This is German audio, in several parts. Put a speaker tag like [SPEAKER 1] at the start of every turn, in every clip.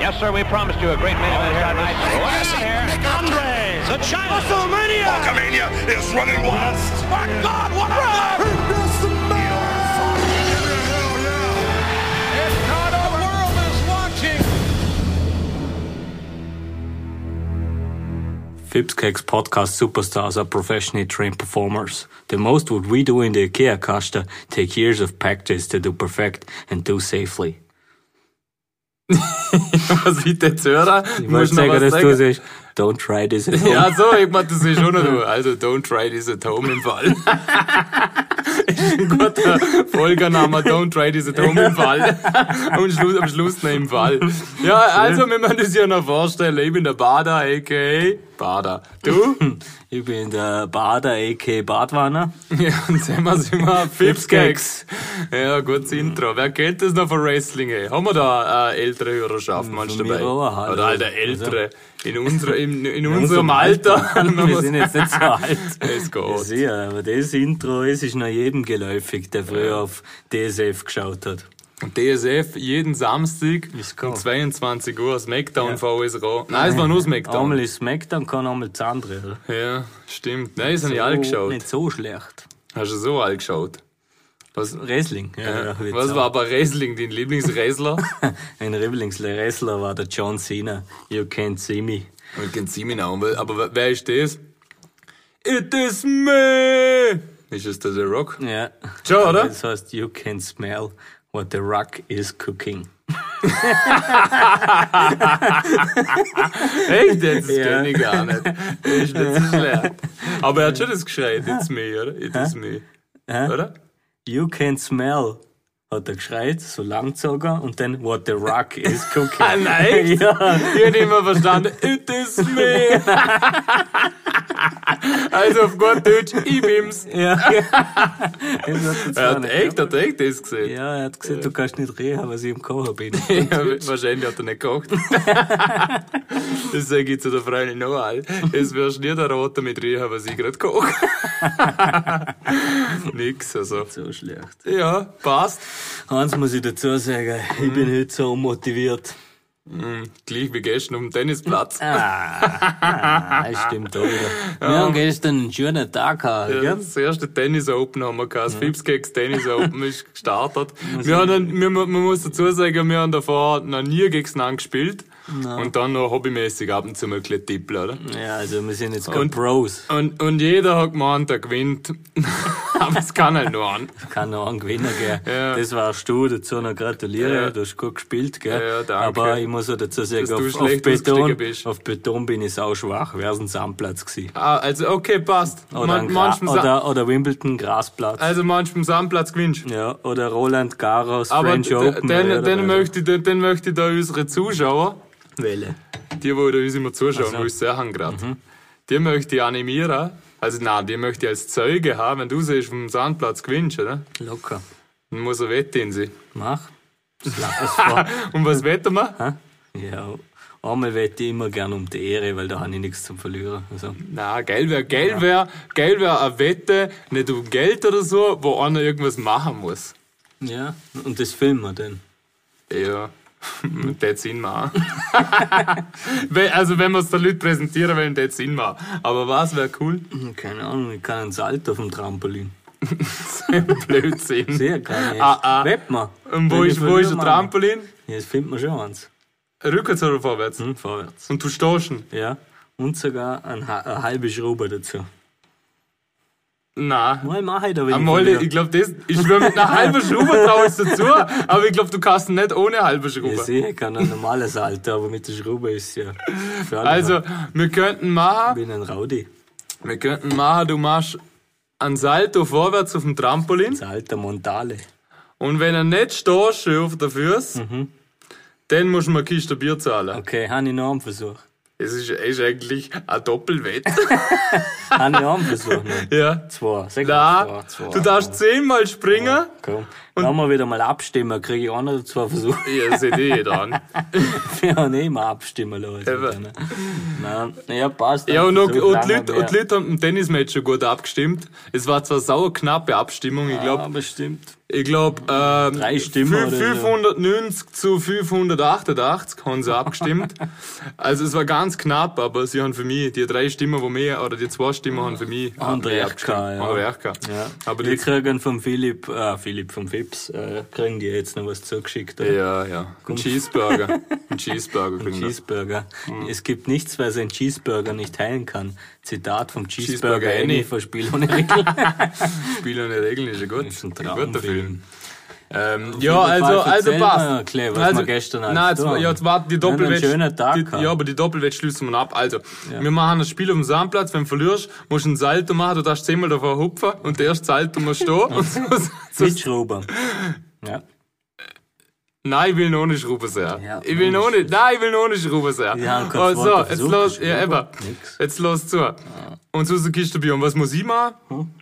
[SPEAKER 1] Yes, sir, we promised you a great main event shot tonight. What is it here? Andre, the China. WrestleMania.
[SPEAKER 2] Hulkamania is running wild. My God, what a
[SPEAKER 3] Fipscake's podcast superstars are professionally trained performers. The most what we do in the IKEA Kasta take years of practice to do perfect and do safely.
[SPEAKER 4] Was ich jetzt höre,
[SPEAKER 3] Ich wollte
[SPEAKER 4] muss noch
[SPEAKER 3] sagen,
[SPEAKER 4] was
[SPEAKER 3] dass
[SPEAKER 4] sagen.
[SPEAKER 3] du siehst, don't try this at home.
[SPEAKER 4] ja, so, ich meine, das ist schon noch du. Also, don't try this at home im Fall. ist ein guter Folgername, don't try this at home im Fall. Am Schluss, am Schluss noch im Fall. Ja, also, wir müssen uns ja noch vorstellen, ich bin der Bader, a.k.a. Bader. Du?
[SPEAKER 3] Ich bin der Bader, a.k. Badwanner.
[SPEAKER 4] Ja, und sehen wir sind wir Fipscakes. Ja, gutes Intro. Wer kennt das noch von Wrestling? ey? Haben wir da äh, ältere Hörerschaft, meinst du
[SPEAKER 3] mir
[SPEAKER 4] dabei?
[SPEAKER 3] auch, hallo. Also-
[SPEAKER 4] Oder halt ältere. In, unserer, in, in
[SPEAKER 3] unserem
[SPEAKER 4] unserem Alter.
[SPEAKER 3] Wir sind jetzt nicht so alt.
[SPEAKER 4] Es geht.
[SPEAKER 3] Das ist Ja, aber das Intro es ist noch jedem geläufig, der früher auf DSF geschaut hat.
[SPEAKER 4] Und DSF jeden Samstag
[SPEAKER 3] Ist klar.
[SPEAKER 4] um 22 Uhr Smackdown VS Raw. Nein, es war nur
[SPEAKER 3] Einmal
[SPEAKER 4] Smackdown.
[SPEAKER 3] ist Smackdown, kann einmal das andere. Oder?
[SPEAKER 4] Ja, stimmt. Nein, das habe ich alle
[SPEAKER 3] So,
[SPEAKER 4] geschaut.
[SPEAKER 3] Nicht so schlecht.
[SPEAKER 4] Hast du so alle geschaut? Was,
[SPEAKER 3] Wrestling. Ja, ja, wird's
[SPEAKER 4] was
[SPEAKER 3] auch.
[SPEAKER 4] war aber Wrestling, dein Lieblingswrestler?
[SPEAKER 3] Ein Lieblingswrestler war der John Cena. You can't see me.
[SPEAKER 4] Ich kann sie mir noch, aber wer ist das? It is me! Ist es der The Rock?
[SPEAKER 3] Ja.
[SPEAKER 4] Schon, oder?
[SPEAKER 3] Das heißt, you can smell what the rock is cooking.
[SPEAKER 4] Echt? jetzt? Das
[SPEAKER 3] Ja.
[SPEAKER 4] kenn ich gar nicht. Das ist nicht so schlecht. Aber er hat schon das geschreit, it's me, oder? It is me. Oder?
[SPEAKER 3] You can smell, hat er geschreit, so lang sogar, und dann what the rock is cooking.
[SPEAKER 4] Ah, nein!
[SPEAKER 3] ja.
[SPEAKER 4] Ich hätte immer verstanden, it is me. also auf gut Deutsch, ich bin's.
[SPEAKER 3] Ja. Das hat er
[SPEAKER 4] Er
[SPEAKER 3] zwar
[SPEAKER 4] hat
[SPEAKER 3] nicht
[SPEAKER 4] echt,
[SPEAKER 3] gehabt.
[SPEAKER 4] hat echt das gesehen.
[SPEAKER 3] Ja, er hat gesagt, du kannst nicht reden, was ich im Kocher bin.
[SPEAKER 4] Ja, wahrscheinlich hat er nicht gekocht. das sage ich zu der Freundin noch all. Es wirst nie der Rote mit riechen, was ich gerade koche. Nix, also.
[SPEAKER 3] So schlecht.
[SPEAKER 4] Ja, passt.
[SPEAKER 3] Eins muss ich dazu sagen, ich bin heute so unmotiviert.
[SPEAKER 4] Gleich wie gestern um den Tennisplatz.
[SPEAKER 3] Ah, das stimmt auch wieder. Wir haben gestern einen schönen Tag gehabt,
[SPEAKER 4] Ja,
[SPEAKER 3] gell?
[SPEAKER 4] das erste Tennis Open haben wir gehabt. Das Fipskeks Tennis Open ist gestartet. Wir haben, dann- wir, man muss dazu sagen, wir haben davor noch nie gegeneinander gespielt. Und dann noch hobbymäßig ab und zu mal ein bisschen tippeln, oder?
[SPEAKER 3] Ja, also wir sind jetzt gerade
[SPEAKER 4] Und-
[SPEAKER 3] Bros.
[SPEAKER 4] Und, und jeder hat gemeint, er gewinnt. Aber es kann halt nur an.
[SPEAKER 3] Kann noch einen Gewinner geben.
[SPEAKER 4] Ja.
[SPEAKER 3] Das warst du, dazu noch gratuliere.
[SPEAKER 4] Ja.
[SPEAKER 3] Du hast gut gespielt, gell?
[SPEAKER 4] Ja, ja, danke.
[SPEAKER 3] Aber ich muss auch dazu sagen,
[SPEAKER 4] du
[SPEAKER 3] auf, auf,
[SPEAKER 4] schlecht ausgestiegen
[SPEAKER 3] Beton,
[SPEAKER 4] bist.
[SPEAKER 3] auf Beton bin ich sau schwach. Wär's ein Sandplatz gewesen.
[SPEAKER 4] Ah, also, okay, passt.
[SPEAKER 3] Oder,
[SPEAKER 4] Man,
[SPEAKER 3] ein Gra
[SPEAKER 4] manchmal Sa-
[SPEAKER 3] Oh, oder, oder Wimbledon Grasplatz.
[SPEAKER 4] also manchmal Sandplatz gewinnst.
[SPEAKER 3] ja, oder Roland Garros
[SPEAKER 4] Aber
[SPEAKER 3] French
[SPEAKER 4] d-
[SPEAKER 3] Open.
[SPEAKER 4] den,
[SPEAKER 3] oder-
[SPEAKER 4] den,
[SPEAKER 3] oder-
[SPEAKER 4] möchte ich, den, den möchte ich da unsere Zuschauer,
[SPEAKER 3] Welle.
[SPEAKER 4] die, die da uns immer zuschauen,
[SPEAKER 3] so. Mhm.
[SPEAKER 4] wo ich sehr haben gerade, die möchte ich animieren. Also, nein, die möchte ich als Zeuge haben, wenn du siehst, vom Sandplatz gewinnst, oder?
[SPEAKER 3] Locker.
[SPEAKER 4] Dann muss er Wette in sie.
[SPEAKER 3] Mach. Das lacht es vor.
[SPEAKER 4] Und was wetten wir?
[SPEAKER 3] Ja, einmal wette ich immer gern um die Ehre, weil da habe ich nichts zum Verlieren. Also,
[SPEAKER 4] Na, geil wäre, geil wäre, geil wäre eine Wette, nicht um Geld oder so, wo einer irgendwas machen muss.
[SPEAKER 3] ja, und das filmen wir dann.
[SPEAKER 4] Ja, das Sinn machen. We- also, wenn wir es den Leuten präsentieren wollen, das Sinn machen. Aber was wäre cool?
[SPEAKER 3] Hm, Keine Ahnung, ich kann einen Salto vom Trampolin.
[SPEAKER 4] Blödsinn.
[SPEAKER 3] Sehr geil.
[SPEAKER 4] Ah, ah.
[SPEAKER 3] Wetten wir.
[SPEAKER 4] Und wo
[SPEAKER 3] Wenn
[SPEAKER 4] ist,
[SPEAKER 3] ich
[SPEAKER 4] wo ist ein
[SPEAKER 3] verliere,
[SPEAKER 4] Trampolin?
[SPEAKER 3] Mann. Ja, das findet man schon eins.
[SPEAKER 4] Rückwärts oder vorwärts?
[SPEAKER 3] Hm, vorwärts.
[SPEAKER 4] Und du stehst ihn?
[SPEAKER 3] Ja. Und sogar ein, ha- eine halbe Schraube dazu.
[SPEAKER 4] Nein.
[SPEAKER 3] Mal mache ich da, wenn
[SPEAKER 4] Einmal,
[SPEAKER 3] ich
[SPEAKER 4] ich glaube, das, ich schwöre, mit einer halben Schraube traue ich dazu, aber ich glaube, du kannst ihn nicht ohne halbe
[SPEAKER 3] Ich
[SPEAKER 4] Schraube.
[SPEAKER 3] sehe, ich kann ein normales Alter, aber mit der Schraube ist ja... für alle
[SPEAKER 4] Also,
[SPEAKER 3] was.
[SPEAKER 4] wir könnten
[SPEAKER 3] Ich
[SPEAKER 4] machen,
[SPEAKER 3] bin ein Rowdy.
[SPEAKER 4] wir könnten machen, du machst einen Salto vorwärts auf dem Trampolin
[SPEAKER 3] Das alter Montale.
[SPEAKER 4] und wenn er nicht stehst, schön auf der Füße,
[SPEAKER 3] Mhm.
[SPEAKER 4] dann musst du mir eine Kiste Bier zahlen.
[SPEAKER 3] Okay, habe ich noch einen Versuch.
[SPEAKER 4] Es ist, ist eigentlich ein Doppelwett.
[SPEAKER 3] Habe ich noch einen Versuch. Nein.
[SPEAKER 4] ja.
[SPEAKER 3] Zwei. Sag mal
[SPEAKER 4] Da,
[SPEAKER 3] zwei, zwei.
[SPEAKER 4] du darfst zehnmal springen.
[SPEAKER 3] Komm, dann mal wieder mal abstimmen. Kriege ich einen oder zwei Versuche?
[SPEAKER 4] Ja, das hätte ich eh dann.
[SPEAKER 3] ja, nicht mal eh abstimmen lassen.
[SPEAKER 4] Eben.
[SPEAKER 3] Eben. Nein, ja, passt.
[SPEAKER 4] Ja,
[SPEAKER 3] Ein
[SPEAKER 4] und, noch,
[SPEAKER 3] Versuch,
[SPEAKER 4] und, die
[SPEAKER 3] lange
[SPEAKER 4] Leute,
[SPEAKER 3] mehr.
[SPEAKER 4] und die Leute haben im Tennismatch schon gut abgestimmt. Es war zwar sauer knappe Abstimmung, ich
[SPEAKER 3] Ja,
[SPEAKER 4] glaube,
[SPEAKER 3] bestimmt.
[SPEAKER 4] Ich glaube, ähm,
[SPEAKER 3] Drei Stimmen
[SPEAKER 4] fü-
[SPEAKER 3] oder so.
[SPEAKER 4] 590 zu 588 haben sie abgestimmt. also es war ganz knapp, aber sie haben für mich die drei Stimmen, wo mehr oder die zwei Stimmen haben für mich
[SPEAKER 3] Haben
[SPEAKER 4] mehr
[SPEAKER 3] recht gehabt, ja.
[SPEAKER 4] Haben recht gehabt.
[SPEAKER 3] Ja.
[SPEAKER 4] Aber
[SPEAKER 3] wir
[SPEAKER 4] die,
[SPEAKER 3] kriegen vom Philipp, äh, Philipp vom Fips, äh, kriegen die jetzt noch was zugeschickt. oder?
[SPEAKER 4] ja, ja. Ein Cheeseburger. Ein
[SPEAKER 3] Ein
[SPEAKER 4] Cheeseburger. kriegen wir. Mhm.
[SPEAKER 3] Cheeseburger. Es gibt nichts, was ein Cheeseburger nicht heilen kann. Zitat vom
[SPEAKER 4] Cheeseburger
[SPEAKER 3] Cheeseburger Annie
[SPEAKER 4] Annie.
[SPEAKER 3] von Spiel ohne Regel.
[SPEAKER 4] Spiel ohne Regeln ist ja gut.
[SPEAKER 3] Ist ein
[SPEAKER 4] guter
[SPEAKER 3] Traumfilm.
[SPEAKER 4] Film. Ähm, ja, also,
[SPEAKER 3] Fall
[SPEAKER 4] also
[SPEAKER 3] erzähl mal,
[SPEAKER 4] passt. Also-
[SPEAKER 3] Clay, was wir gestern alles
[SPEAKER 4] nein, jetzt,
[SPEAKER 3] da haben.
[SPEAKER 4] ja, jetzt warten die
[SPEAKER 3] Wir haben einen
[SPEAKER 4] Doppelwetsch.
[SPEAKER 3] schönen Tag
[SPEAKER 4] die,
[SPEAKER 3] gehabt.
[SPEAKER 4] ja, aber die Doppelwetsch schließen wir ab. Also, wir machen das Spiel auf dem Sandplatz. Wenn du verlierst, musst du einen Salto machen. Du darfst zehnmal davon hupfen und der erste Salto musst du stehen. Und so, so, so.
[SPEAKER 3] Mitschrauber. Ja.
[SPEAKER 4] Nein, ich will noch nicht Schrauben sehen.
[SPEAKER 3] Ja,
[SPEAKER 4] ich will noch nicht, nein, ich will noch nicht Schrauben sehen.
[SPEAKER 3] Ja, und
[SPEAKER 4] oh,
[SPEAKER 3] kurz
[SPEAKER 4] so,
[SPEAKER 3] Wort
[SPEAKER 4] jetzt
[SPEAKER 3] versucht,
[SPEAKER 4] los,
[SPEAKER 3] Schrauben,
[SPEAKER 4] ja, eben.
[SPEAKER 3] nix.
[SPEAKER 4] Jetzt los zu. Und so ist der Kistenbion. Was muss ich machen?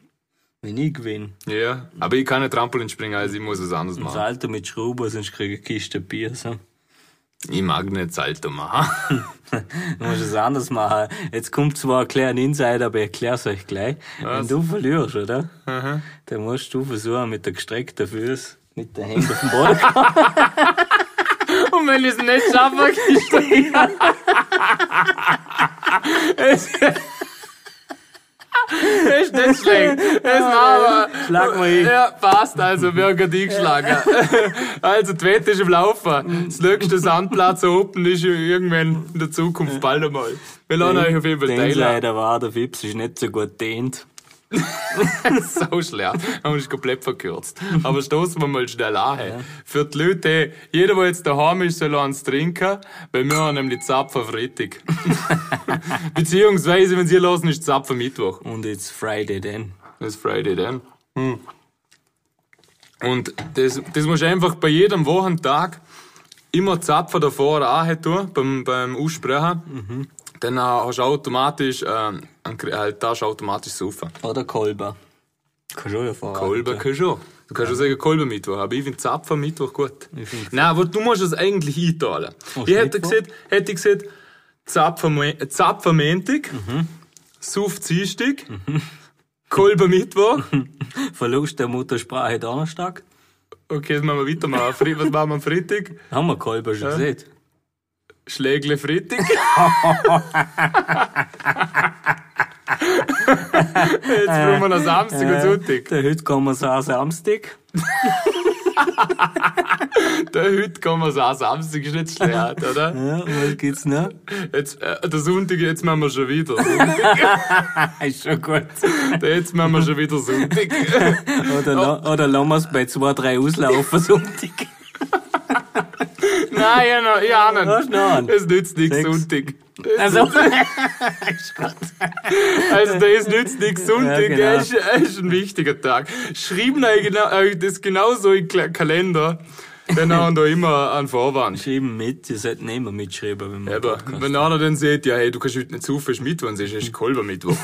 [SPEAKER 3] Wenn ich gewinne,
[SPEAKER 4] Ja, aber ich kann nicht Trampolin springen, also ich muss was anderes machen.
[SPEAKER 3] Salto mit Schrauber, sonst kriege ich eine Kiste Bier. So.
[SPEAKER 4] Ich mag nicht Salto machen.
[SPEAKER 3] Du musst es anders machen. Jetzt kommt zwar ein kleiner Insider, aber ich erklär's euch gleich. Wenn du verlierst, oder? Dann musst du versuchen, mit der gestreckten Füße, mit der Hände auf den Boden
[SPEAKER 4] Und wenn ich es nicht schaffe, ich Es ist nicht schlecht. Es ist aber.
[SPEAKER 3] Schlag mal hin.
[SPEAKER 4] Ja, passt, also, wir haben gerade eingeschlagen. Also, die Wette ist im
[SPEAKER 3] Mhm.
[SPEAKER 4] Laufen. Das nächste Sandplatz Open ist ja irgendwann in der Zukunft bald einmal. Wir lassen euch auf jeden Fall
[SPEAKER 3] Den
[SPEAKER 4] teilen.
[SPEAKER 3] leider war, der Fips ist nicht so gut dehnt.
[SPEAKER 4] So schlecht. Haben uns komplett verkürzt. Aber stoßen wir mal schnell an. hey. Für die Leute, jeder, der jetzt daheim ist, soll eins trinken, weil wir haben nämlich Zapfen Freitag. Beziehungsweise, wenn sie lassen, ist Zapfen Mittwoch.
[SPEAKER 3] Und jetzt Friday dann.
[SPEAKER 4] Das ist Friday dann. Hm. Und das, das musst du einfach bei jedem Wochentag immer Zapfen davor auch tun, beim, beim Aussprechen. Dann äh, hast du automatisch, äh, einen Kre- halt, darfst du automatisch saufen.
[SPEAKER 3] Oder Kolber. Kannst du auch erfahren.
[SPEAKER 4] Kolbe
[SPEAKER 3] Ja.
[SPEAKER 4] kann schon. Du kannst schon sagen Kolbe Mittwoch, aber ich finde Zapfen Mittwoch gut.
[SPEAKER 3] find's-
[SPEAKER 4] Nein, aber du musst es eigentlich einteilen. Ich hätte
[SPEAKER 3] Mittwoch?
[SPEAKER 4] gesagt, hätte ich gesagt, Zapfen Me- Zapfen Montag,
[SPEAKER 3] Mhm.
[SPEAKER 4] Suf Dienstag, Kolbe Mittwoch.
[SPEAKER 3] Mhm. Verlust der Muttersprache Donnerstag.
[SPEAKER 4] Okay, jetzt machen wir weitermachen. Fre- Was machen wir am Freitag?
[SPEAKER 3] Haben wir Kolber schon gesehen.
[SPEAKER 4] Schlägle Freitag. Jetzt brauchen wir noch Samstag und Sonntag.
[SPEAKER 3] Äh, Der heute kann man sagen Samstag.
[SPEAKER 4] Der heute kann man sagen, Samstag ist nicht schlecht, oder?
[SPEAKER 3] Ja, und was gibt's noch?
[SPEAKER 4] Jetzt, äh, der Sonntag, jetzt machen wir schon wieder. Sonntag.
[SPEAKER 3] ist schon gut.
[SPEAKER 4] jetzt machen wir schon wieder Sonntag.
[SPEAKER 3] Oder, la- oder lassen wir es bei zwei, drei auslaufen um Sonntag.
[SPEAKER 4] Nein, ja, noch, ja,
[SPEAKER 3] Hast du noch
[SPEAKER 4] nein.
[SPEAKER 3] einen?
[SPEAKER 4] Es nützt nichts,
[SPEAKER 3] Sechs.
[SPEAKER 4] Sonntag.
[SPEAKER 3] Also,
[SPEAKER 4] Also, der ist nützt nichts, Sonntag.
[SPEAKER 3] Ja, genau.
[SPEAKER 4] der ist, er ist ein wichtiger Tag. Schreiben euch genau, euch das genauso in den Kalender, dann haben da immer einen Vorwand.
[SPEAKER 3] schreiben mit, ihr sollt nicht mehr mitschreiben, wenn man
[SPEAKER 4] Aber wenn einer dann sieht, ja, hey, du kannst heute nicht saufen, ist Mittwoch, dann ist es Kolber Mittwoch.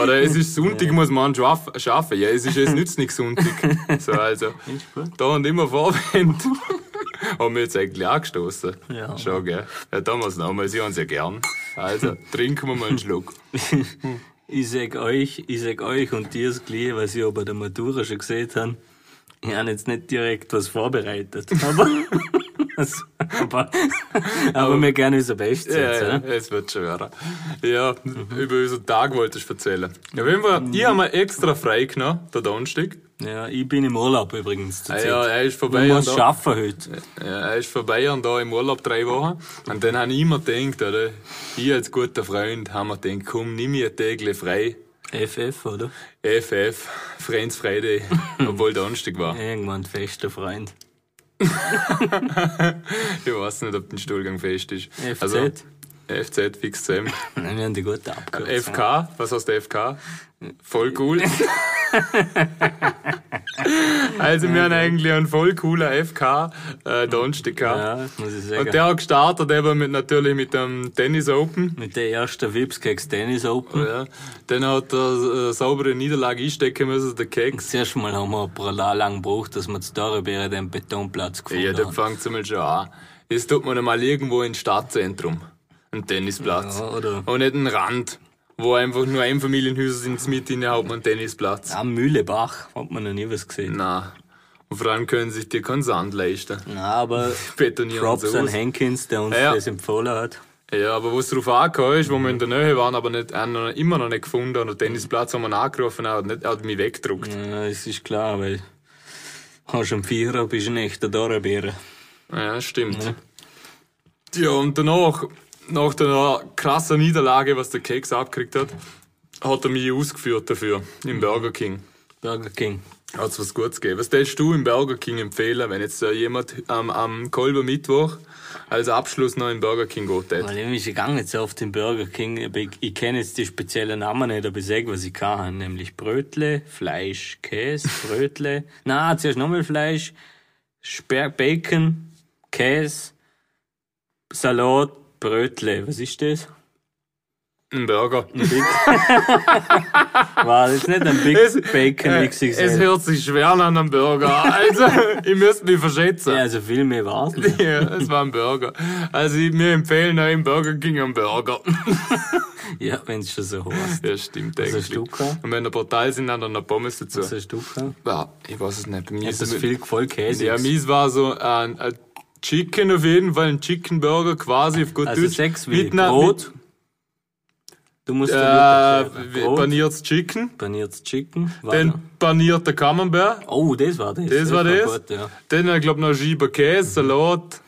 [SPEAKER 4] Oder es ist Sonntag, muss man schaff- schaffen. Ja, es ist, es nützt nichts Sonntag. So, also.
[SPEAKER 3] gut.
[SPEAKER 4] Da und immer Vorwand. Haben wir jetzt eigentlich angestoßen.
[SPEAKER 3] Ja.
[SPEAKER 4] Schon, gell? Ja, damals nochmal, sie haben ja gern. Also, trinken wir mal einen Schluck.
[SPEAKER 3] Ich sag euch, ich sag euch und dir das gleiche, was ich auch bei der Matura schon gesehen habe. Ich habe jetzt nicht direkt was vorbereitet. Aber, aber, aber wir gerne unser Bestes.
[SPEAKER 4] Ja,
[SPEAKER 3] jetzt,
[SPEAKER 4] ja,
[SPEAKER 3] oder?
[SPEAKER 4] es wird schon werden. Ja,
[SPEAKER 3] Mhm.
[SPEAKER 4] über unseren Tag wolltest du erzählen. Ja, wenn wir, ich habe mir extra frei genommen, der Donnerstag.
[SPEAKER 3] Ja, ich bin im Urlaub übrigens. Zur
[SPEAKER 4] Ah,
[SPEAKER 3] Zeit.
[SPEAKER 4] ja, er ist vorbei.
[SPEAKER 3] ich muss
[SPEAKER 4] und da-
[SPEAKER 3] schaffen heute.
[SPEAKER 4] Ja, er ist vorbei und da im Urlaub drei Wochen. Und dann habe ich immer gedacht, oder? Ich als guter Freund haben wir gedacht, komm, nimm mir Tägle frei.
[SPEAKER 3] FF, oder?
[SPEAKER 4] FF, Friends Friday, obwohl Donnerstag war.
[SPEAKER 3] Irgendwann fester Freund.
[SPEAKER 4] Ich weiß nicht, ob der Stuhlgang fest ist.
[SPEAKER 3] FZ?
[SPEAKER 4] FZ, fix zusammen.
[SPEAKER 3] Nein, wir haben die gute abgehört.
[SPEAKER 4] FK, was heißt FK? Voll cool. also, wir haben eigentlich einen voll cooler FK, äh, Donnerstag
[SPEAKER 3] Ja,
[SPEAKER 4] gehabt.
[SPEAKER 3] das muss ich
[SPEAKER 4] Und
[SPEAKER 3] sagen.
[SPEAKER 4] der hat gestartet eben mit, natürlich mit dem Tennis Open.
[SPEAKER 3] Mit der ersten Vips gegen Tennis Open.
[SPEAKER 4] Ja. Dann hat er äh, saubere Niederlage einstecken müssen, der Keks.
[SPEAKER 3] Das erste Mal haben wir brutal lang gebraucht, dass wir zu Dorabere den Betonplatz gefunden
[SPEAKER 4] Ja, dann
[SPEAKER 3] haben.
[SPEAKER 4] fängt es mal schon an. Das tut man einmal irgendwo im Stadtzentrum. Ein Tennisplatz.
[SPEAKER 3] Ja, oder-
[SPEAKER 4] Und nicht einen Rand. wo einfach nur Einfamilienhäuser sind, mit in der Hauptmann Tennisplatz.
[SPEAKER 3] Am Mühlebach hat man noch nie was gesehen.
[SPEAKER 4] Na. Und vor allem können sich die keinen Sand leisten.
[SPEAKER 3] Nein, aber
[SPEAKER 4] Betonieren
[SPEAKER 3] Props
[SPEAKER 4] so
[SPEAKER 3] an Hankins, der uns
[SPEAKER 4] Ja, ja.
[SPEAKER 3] das empfohlen hat.
[SPEAKER 4] Ja, aber wo es drauf angekommen ist, wo wir in der Nähe waren, aber nicht, einen noch- immer noch nicht gefunden haben. Und Tennisplatz haben wir ihn angerufen, er hat, nicht, er hat mich weggedruckt.
[SPEAKER 3] Ja, es ist klar, weil hast am Vierer bist du ein echter Dornbären.
[SPEAKER 4] Ja, stimmt. Ja, und danach, nach der krassen Niederlage, was der Keks abgekriegt hat, hat er mich ausgeführt dafür, im Burger King.
[SPEAKER 3] Burger King.
[SPEAKER 4] Hat's was Gutes gegeben. Was tätest du im Burger King empfehlen, wenn jetzt äh, jemand am, am Kolber Mittwoch als Abschluss noch im Burger King geht? tät?
[SPEAKER 3] Weil ich gehe nicht so oft den Burger King, aber ich, ich kenne jetzt die speziellen Namen nicht, aber ich sage, was ich kann. Nämlich Brötle, Fleisch, Käse, Brötle. Na, zuerst nochmal Fleisch, Sper Bacon, Käse, Salat, Brötle. Was ist das?
[SPEAKER 4] Ein Burger.
[SPEAKER 3] War das nicht ein Big
[SPEAKER 4] Es-
[SPEAKER 3] Bacon
[SPEAKER 4] äh, Es
[SPEAKER 3] XXL?
[SPEAKER 4] hört sich schwer an einem Burger. Also, ich müsste mich verschätzen.
[SPEAKER 3] Ja, also viel mehr war's nicht.
[SPEAKER 4] Ja, es war ein Burger. Also, ich- mir empfehlen auch im Burger King einen Burger.
[SPEAKER 3] Ja, wenn's schon so heißt.
[SPEAKER 4] Ja, stimmt
[SPEAKER 3] hast
[SPEAKER 4] eigentlich.
[SPEAKER 3] du gehabt?
[SPEAKER 4] Und wenn der Portal sind, dann noch Pommes dazu.
[SPEAKER 3] Was hast du gehabt?
[SPEAKER 4] Ja, ich weiß es nicht. Bei mir
[SPEAKER 3] Ist das
[SPEAKER 4] ist
[SPEAKER 3] viel voll Käse?
[SPEAKER 4] Ja, mies war so ein, ein Chicken auf jeden Fall, ein Chicken Burger quasi auf gut
[SPEAKER 3] also
[SPEAKER 4] Deutsch.
[SPEAKER 3] sechs wie
[SPEAKER 4] Mit einer-
[SPEAKER 3] Brot. Du musst
[SPEAKER 4] Mit, äh,
[SPEAKER 3] dir wirklich
[SPEAKER 4] wie-
[SPEAKER 3] erklären. Brot,
[SPEAKER 4] paniertes Chicken,
[SPEAKER 3] paniertes Chicken. Warte.
[SPEAKER 4] dann panierter Camembert,
[SPEAKER 3] Oh, das war das.
[SPEAKER 4] das war das.
[SPEAKER 3] Gut, ja.
[SPEAKER 4] Dann, ich glaube, noch Schieber Käse, Salat,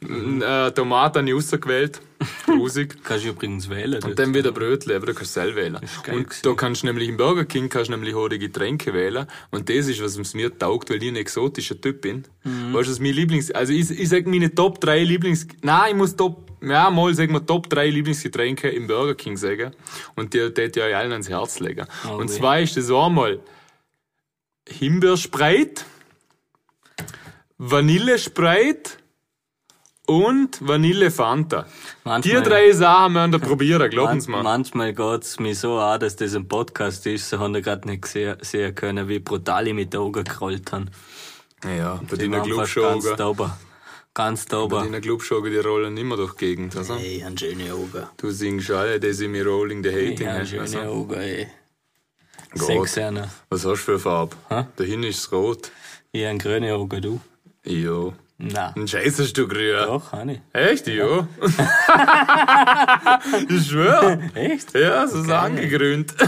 [SPEAKER 3] Mhm.
[SPEAKER 4] m, äh, Tomaten habe ich rausgewählt. Grusig.
[SPEAKER 3] Kannst du übrigens wählen.
[SPEAKER 4] Und dann wieder Brötle, aber du kannst selber wählen.
[SPEAKER 3] geil
[SPEAKER 4] Und
[SPEAKER 3] gewesen.
[SPEAKER 4] da kannst du nämlich im Burger King kannst du nämlich auch die Getränke wählen. Und das ist, was mir taugt, weil ich ein exotischer Typ bin.
[SPEAKER 3] Mhm.
[SPEAKER 4] Weißt du, was mein Lieblings, also ich, ich sag meine Top 3 Lieblings, nein, ich muss Top, ja, mal sagen wir Top 3 Lieblingsgetränke im Burger King sagen. Und die tät ja euch allen ans Herz legen.
[SPEAKER 3] Oh weh.
[SPEAKER 4] Und zwar ist das einmal Himbeerspreit, Vanillespreit und Vanille Fanta. Die
[SPEAKER 3] Manchmal-
[SPEAKER 4] drei Sachen müssen wir probieren, glauben Sie
[SPEAKER 3] Man-
[SPEAKER 4] mir.
[SPEAKER 3] Manchmal geht's mir so an, dass das ein Podcast ist, so haben wir gerade nicht sehen, sehen können, wie brutal ich mit den Augen gerollt habe.
[SPEAKER 4] Ja, bei
[SPEAKER 3] Die
[SPEAKER 4] deiner
[SPEAKER 3] waren fast
[SPEAKER 4] Glubschauger.
[SPEAKER 3] ganz tauber. Ganz
[SPEAKER 4] Bei
[SPEAKER 3] tauber.
[SPEAKER 4] deiner Glubschauger, die rollen immer durch die Gegend. Also.
[SPEAKER 3] Ey, haben schöne Augen.
[SPEAKER 4] Du singst alle, die sind mir rolling, the hating.
[SPEAKER 3] Ja, haben
[SPEAKER 4] hast.
[SPEAKER 3] schöne
[SPEAKER 4] also.
[SPEAKER 3] Augen, ey.
[SPEAKER 4] Gott.
[SPEAKER 3] Sechs einer.
[SPEAKER 4] Was hast du für eine Farbe?
[SPEAKER 3] Hä?
[SPEAKER 4] Da hinten ist rot.
[SPEAKER 3] Ich habe grüne Augen, du.
[SPEAKER 4] Ja.
[SPEAKER 3] Nein.
[SPEAKER 4] Ein Scheiß hast du grün.
[SPEAKER 3] Doch, habe ich.
[SPEAKER 4] Echt? Ja. ich schwöre.
[SPEAKER 3] Echt?
[SPEAKER 4] Ja, so ist angegrünt.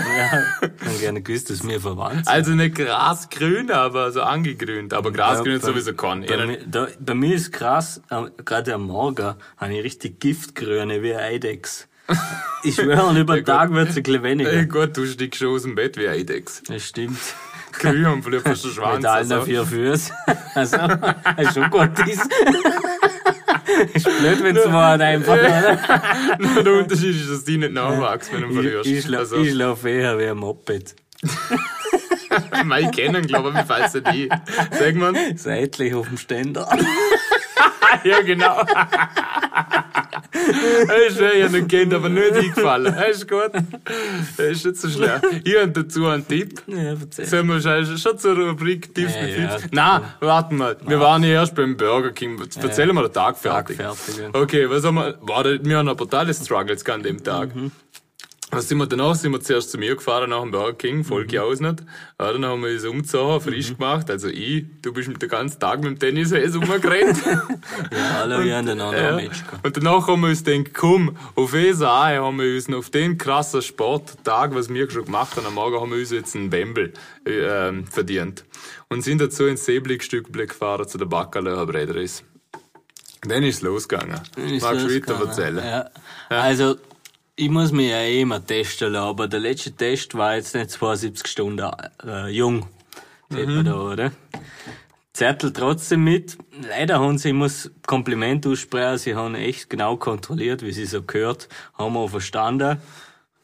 [SPEAKER 3] Ich hätte gerne gewusst, dass wir verwandt sind.
[SPEAKER 4] Also nicht grasgrün, aber so angegrünt. Aber grasgrün ist sowieso kein.
[SPEAKER 3] Bei,
[SPEAKER 4] Eher-
[SPEAKER 3] mi- da, bei mir ist krass, am- gerade am Morgen habe ich richtig Giftgrüne wie ein Eidechs. Ich schwöre, und über den
[SPEAKER 4] Ja,
[SPEAKER 3] Tag wird es ein bisschen
[SPEAKER 4] Ey,
[SPEAKER 3] weniger.
[SPEAKER 4] gut, du stickst schon aus dem Bett wie ein Eidechs.
[SPEAKER 3] Das stimmt.
[SPEAKER 4] Grün und vielleicht hast du Schwanz.
[SPEAKER 3] Mit allen
[SPEAKER 4] also.
[SPEAKER 3] vier Füßen. Also, das ist schon gut ist. Ist blöd, wenn es mal einfach, oder?
[SPEAKER 4] Der Unterschied ist, dass die nicht nachwachsen, wenn du
[SPEAKER 3] Ich,
[SPEAKER 4] verlierst.
[SPEAKER 3] ich, schla
[SPEAKER 4] also,
[SPEAKER 3] ich schlaf eher wie ein Moped.
[SPEAKER 4] Mal kennen, glaube ich, wie falls er die. Sag man.
[SPEAKER 3] Seitlich auf dem Ständer.
[SPEAKER 4] Ja, genau. Ich wäre ja noch kennt, aber nicht eingefallen. Ja, Ist gut. Ja, Ist nicht so schlecht. Ich habe dazu einen Tipp.
[SPEAKER 3] Ja, verzeih.
[SPEAKER 4] Sollen wir schon, schon zur Rubrik Tipps
[SPEAKER 3] Ja,
[SPEAKER 4] mit
[SPEAKER 3] ja.
[SPEAKER 4] Tipps? Nein, warten mal. Wir waren ja erst beim Burger King. Jetzt Erzählen wir den Tag fertig.
[SPEAKER 3] fertig, ja.
[SPEAKER 4] Okay, was haben wir? Warte, wir haben ein brutale Struggles gehabt an dem Tag.
[SPEAKER 3] Mhm.
[SPEAKER 4] Was sind wir danach? Sind wir zuerst zu mir gefahren nach dem Burger King,
[SPEAKER 3] Mhm.
[SPEAKER 4] folge ich aus nicht. Ja, dann haben wir uns umgezogen, frisch gemacht. Also ich, du bist mit den ganzen Tag mit dem Tennis rumgerannt.
[SPEAKER 3] Alle wie an den anderen
[SPEAKER 4] Ja.
[SPEAKER 3] Menschen.
[SPEAKER 4] Und danach haben wir uns gedacht, komm, auf ESA haben wir uns auf den krassen Sporttag, was wir schon gemacht haben am Morgen, haben wir uns jetzt einen Wembel äh, ähm, verdient. Und sind dazu ins Seeblickstückble gefahren zu der Backerlöcher Bräderis. Dann ist es losgegangen.
[SPEAKER 3] Ist
[SPEAKER 4] Magst du weiter
[SPEAKER 3] losgegangen.
[SPEAKER 4] erzählen?
[SPEAKER 3] Ja. Also, ich muss mich ja eh immer testen lassen, aber der letzte Test war jetzt nicht 72 Stunden äh, jung. Sieht man da, oder? Zettel trotzdem mit. Leider haben sie, ich muss Kompliment aussprechen, sie haben echt genau kontrolliert, wie sie so gehört, haben wir verstanden.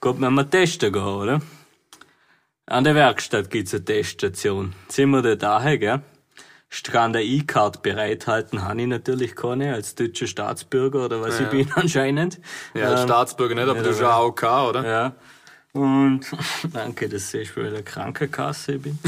[SPEAKER 3] Gut, wenn wir testen gehen, oder? An der Werkstatt gibt's eine Teststation. Sind wir da daher, gell? kann der E-Card bereithalten, habe ich natürlich keine, als deutscher Staatsbürger oder was ich bin anscheinend.
[SPEAKER 4] Ja, als
[SPEAKER 3] Ähm,
[SPEAKER 4] Staatsbürger nicht, aber du
[SPEAKER 3] ja,
[SPEAKER 4] bist ja AOK, oder?
[SPEAKER 3] Ja. Und danke, dass ich bei der Krankenkasse bin.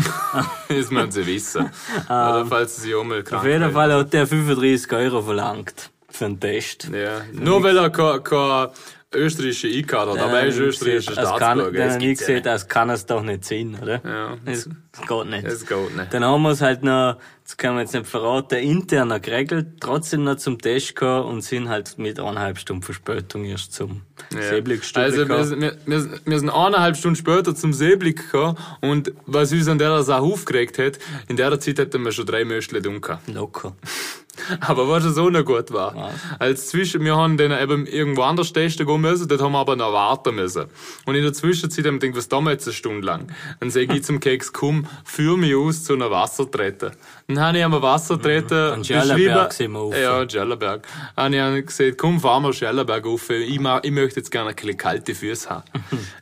[SPEAKER 4] Das müssen sie wissen. oder falls sie sich auch mal krank
[SPEAKER 3] Ähm, Auf jeden
[SPEAKER 4] melden.
[SPEAKER 3] Fall hat der 35 Euro verlangt für einen Test.
[SPEAKER 4] Ja. Nur weil er kein, kein österreichische E-Card hat, aber er ist österreichischer Staatsbürger.
[SPEAKER 3] Ähm, Dann
[SPEAKER 4] Das
[SPEAKER 3] habe ich
[SPEAKER 4] gibt's ja
[SPEAKER 3] gesagt, das kann es doch nicht sein, oder?
[SPEAKER 4] Ja.
[SPEAKER 3] Das, das geht nicht.
[SPEAKER 4] Das geht nicht.
[SPEAKER 3] Dann haben wir es halt noch, das können wir jetzt nicht verraten, interner geregelt, trotzdem noch zum Test gekommen und sind halt mit eineinhalb Stunden Verspätung erst zum ja.
[SPEAKER 4] Also wir, sind- wir, wir, sind- wir sind eineinhalb Stunden später zum Seeblick gekommen und was uns an der Sache aufgeregt hat, in der Zeit hätten wir schon drei Möschle dunkel.
[SPEAKER 3] Locker.
[SPEAKER 4] Aber was es auch noch gut war, als zwischen, wir haben dann eben irgendwo anders testen gehen müssen, dort haben wir aber noch warten müssen. Und in der Zwischenzeit haben wir gedacht, was tun wir jetzt eine Stunde lang? Dann sage ich zum Keks, komm, führ mich aus zu einer Wassertrette. Dann habe ich am Wassertrette
[SPEAKER 3] An Schellerberg sind
[SPEAKER 4] beschrieben.
[SPEAKER 3] wir rauf.
[SPEAKER 4] Ja, an Schellerberg. Dann habe ich gesagt, komm, fahren wir Schellerberg auf, ich, ma- ich möchte jetzt gerne ein bisschen kalte Füße haben.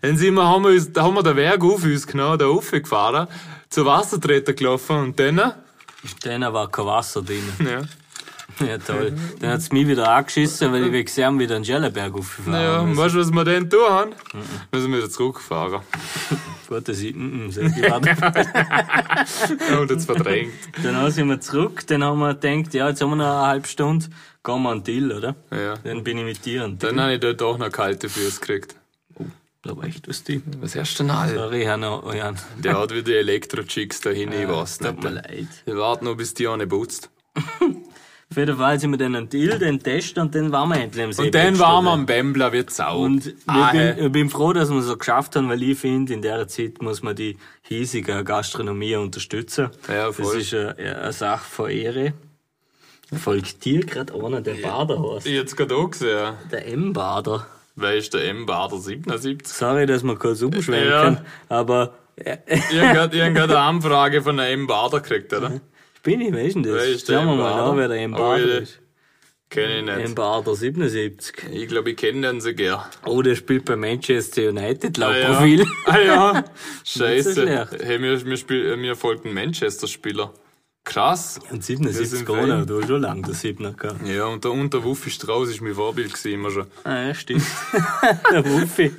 [SPEAKER 4] dann sind wir, haben wir, uns, da haben wir den Berg auf uns genommen, da raufgefahren, zur Wassertrette gelaufen und dann,
[SPEAKER 3] Dann war kein Wasser drin.
[SPEAKER 4] ja.
[SPEAKER 3] Ja, toll. Dann hat's mich wieder angeschissen, weil ich wegen Sam wieder einen Jelleberg aufgefahren
[SPEAKER 4] Ja,
[SPEAKER 3] habe.
[SPEAKER 4] und weißt du, Mhm. was wir denn tun haben? Müssen wir wieder zurückfahren.
[SPEAKER 3] Gut, dass ich, mm, mm, sag ich gerade.
[SPEAKER 4] Ja, Und jetzt verdrängt.
[SPEAKER 3] Dann sind wir zurück, dann haben wir gedacht, ja, jetzt haben wir noch eine halbe Stunde, gehen wir an Dill, oder?
[SPEAKER 4] Ja.
[SPEAKER 3] Dann bin ich mit dir an Dill.
[SPEAKER 4] Dann habe ich dort auch noch kalte Füße gekriegt.
[SPEAKER 3] Da war echt was Dill.
[SPEAKER 4] Was hast du denn all?
[SPEAKER 3] Sorry, Herr no oh Jan.
[SPEAKER 4] Der hat wieder Elektro-Chicks dahin, ich weiß
[SPEAKER 3] Tut mir
[SPEAKER 4] nicht.
[SPEAKER 3] leid.
[SPEAKER 4] Ich warte noch, bis die eine putzt.
[SPEAKER 3] Auf jeden Fall sind wir dann an Dill, den Test und dann waren wir endlich am See.
[SPEAKER 4] Und dann waren wir am Bembler wie Sau.
[SPEAKER 3] Und ich
[SPEAKER 4] Ah,
[SPEAKER 3] bin,
[SPEAKER 4] hey.
[SPEAKER 3] ich bin froh, dass wir es so geschafft haben, weil ich finde, in der Zeit muss man die hiesige Gastronomie unterstützen.
[SPEAKER 4] Ja,
[SPEAKER 3] Das
[SPEAKER 4] voll.
[SPEAKER 3] ist eine, eine Sache von Ehre. Folgt dir gerade einer, der Bader heißt.
[SPEAKER 4] Ich jetzt gerade auch gesehen.
[SPEAKER 3] Der M-Bader.
[SPEAKER 4] Wer ist der M. Bader 77?
[SPEAKER 3] Sorry, dass wir keinen Suppen schwenken,
[SPEAKER 4] Ja.
[SPEAKER 3] aber äh, äh,
[SPEAKER 4] Ich habe gerade ich hab gerade eine Anfrage von einem M. Bader gekriegt,
[SPEAKER 3] Mhm.
[SPEAKER 4] oder?
[SPEAKER 3] bin ich, weißt du das?
[SPEAKER 4] Wer ist der
[SPEAKER 3] Schauen wir
[SPEAKER 4] M.
[SPEAKER 3] mal
[SPEAKER 4] Bader?
[SPEAKER 3] an, wer der
[SPEAKER 4] Oh,
[SPEAKER 3] M-Bader
[SPEAKER 4] ja.
[SPEAKER 3] ist.
[SPEAKER 4] Kenne ich nicht.
[SPEAKER 3] M-Bader 77.
[SPEAKER 4] Ich glaube, ich kenne den sogar.
[SPEAKER 3] Oh, der spielt bei Manchester United laut
[SPEAKER 4] Ah ja.
[SPEAKER 3] Profil.
[SPEAKER 4] Ah ja,
[SPEAKER 3] Nicht so
[SPEAKER 4] scheiße.
[SPEAKER 3] schlecht.
[SPEAKER 4] hey, mir, mir, spiel, mir folgt ein Manchester-Spieler. Krass.
[SPEAKER 3] Und
[SPEAKER 4] Wir sind
[SPEAKER 3] 77
[SPEAKER 4] Fan.
[SPEAKER 3] ohne, du hast schon lange der Siebner gehabt.
[SPEAKER 4] Ja, und der unter Wuffi Strauß ist mein Vorbild gewesen, immer schon.
[SPEAKER 3] Ah, ja, stimmt. der Wuffi.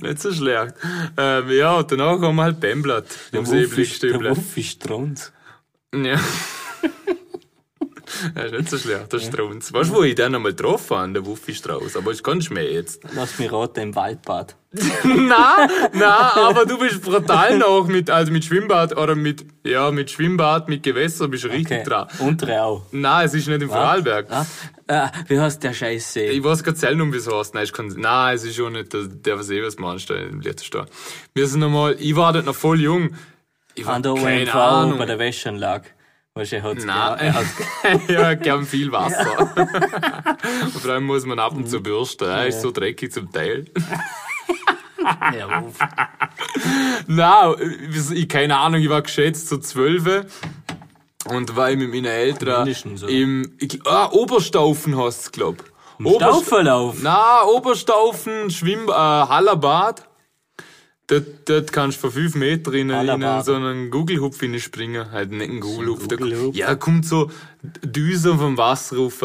[SPEAKER 4] Nicht so schlecht. Ähm, ja, und danach haben wir halt Bemblatt im
[SPEAKER 3] Der
[SPEAKER 4] Seeblickstübel.
[SPEAKER 3] Wuff ist Strunz.
[SPEAKER 4] Ja. Das ist nicht so schlecht, der Strunz. Weißt du, wo ich den einmal getroffen habe, der Wuffi Strauß? Aber ich kann mehr jetzt.
[SPEAKER 3] Lass mich raten, im Waldbad.
[SPEAKER 4] Na, na, aber du bist brutal noch mit, also mit Schwimmbad oder mit, ja, mit Schwimmbad, mit Gewässer bist du richtig dran.
[SPEAKER 3] Untere auch.
[SPEAKER 4] Nein, es ist nicht im Vorarlberg.
[SPEAKER 3] Ah, ah, wie heißt der Scheiße?
[SPEAKER 4] Ich weiß gar selten, um wie es heißt. Nein, ich kann, nein, es ist schon nicht der, der was eh was meinst, der im letzten Jahr. Wir sind nochmal, ich war dort noch voll jung. Ich war
[SPEAKER 3] An der
[SPEAKER 4] keine
[SPEAKER 3] OMV bei
[SPEAKER 4] Ahnung.
[SPEAKER 3] der Wäschenlag. Weißt du, er hat's
[SPEAKER 4] Nein,
[SPEAKER 3] genau-
[SPEAKER 4] er hat ja, gern viel Wasser. und vor allem muss man ab und zu bürsten. Er ist so dreckig zum Teil.
[SPEAKER 3] Ja, Wuff.
[SPEAKER 4] Nein, ich- ich keine Ahnung, ich war geschätzt zu zwölf und war mit meinen Eltern
[SPEAKER 3] Mindestens, oder?
[SPEAKER 4] im ich, ah, Oberstaufen hast du, glaub. Oberst-
[SPEAKER 3] Stauferlauf.
[SPEAKER 4] Na, Oberstaufen, Schwimm, äh, Hallerbad. Dort, dort kannst du von 5 Meter in, in
[SPEAKER 3] Hallerbad.
[SPEAKER 4] so einen Gugelhupf springen. Halt nicht einen Gugelhupf. Da-
[SPEAKER 3] Gugelhupf.
[SPEAKER 4] Ja, da kommt so Düsen vom Wasser rauf.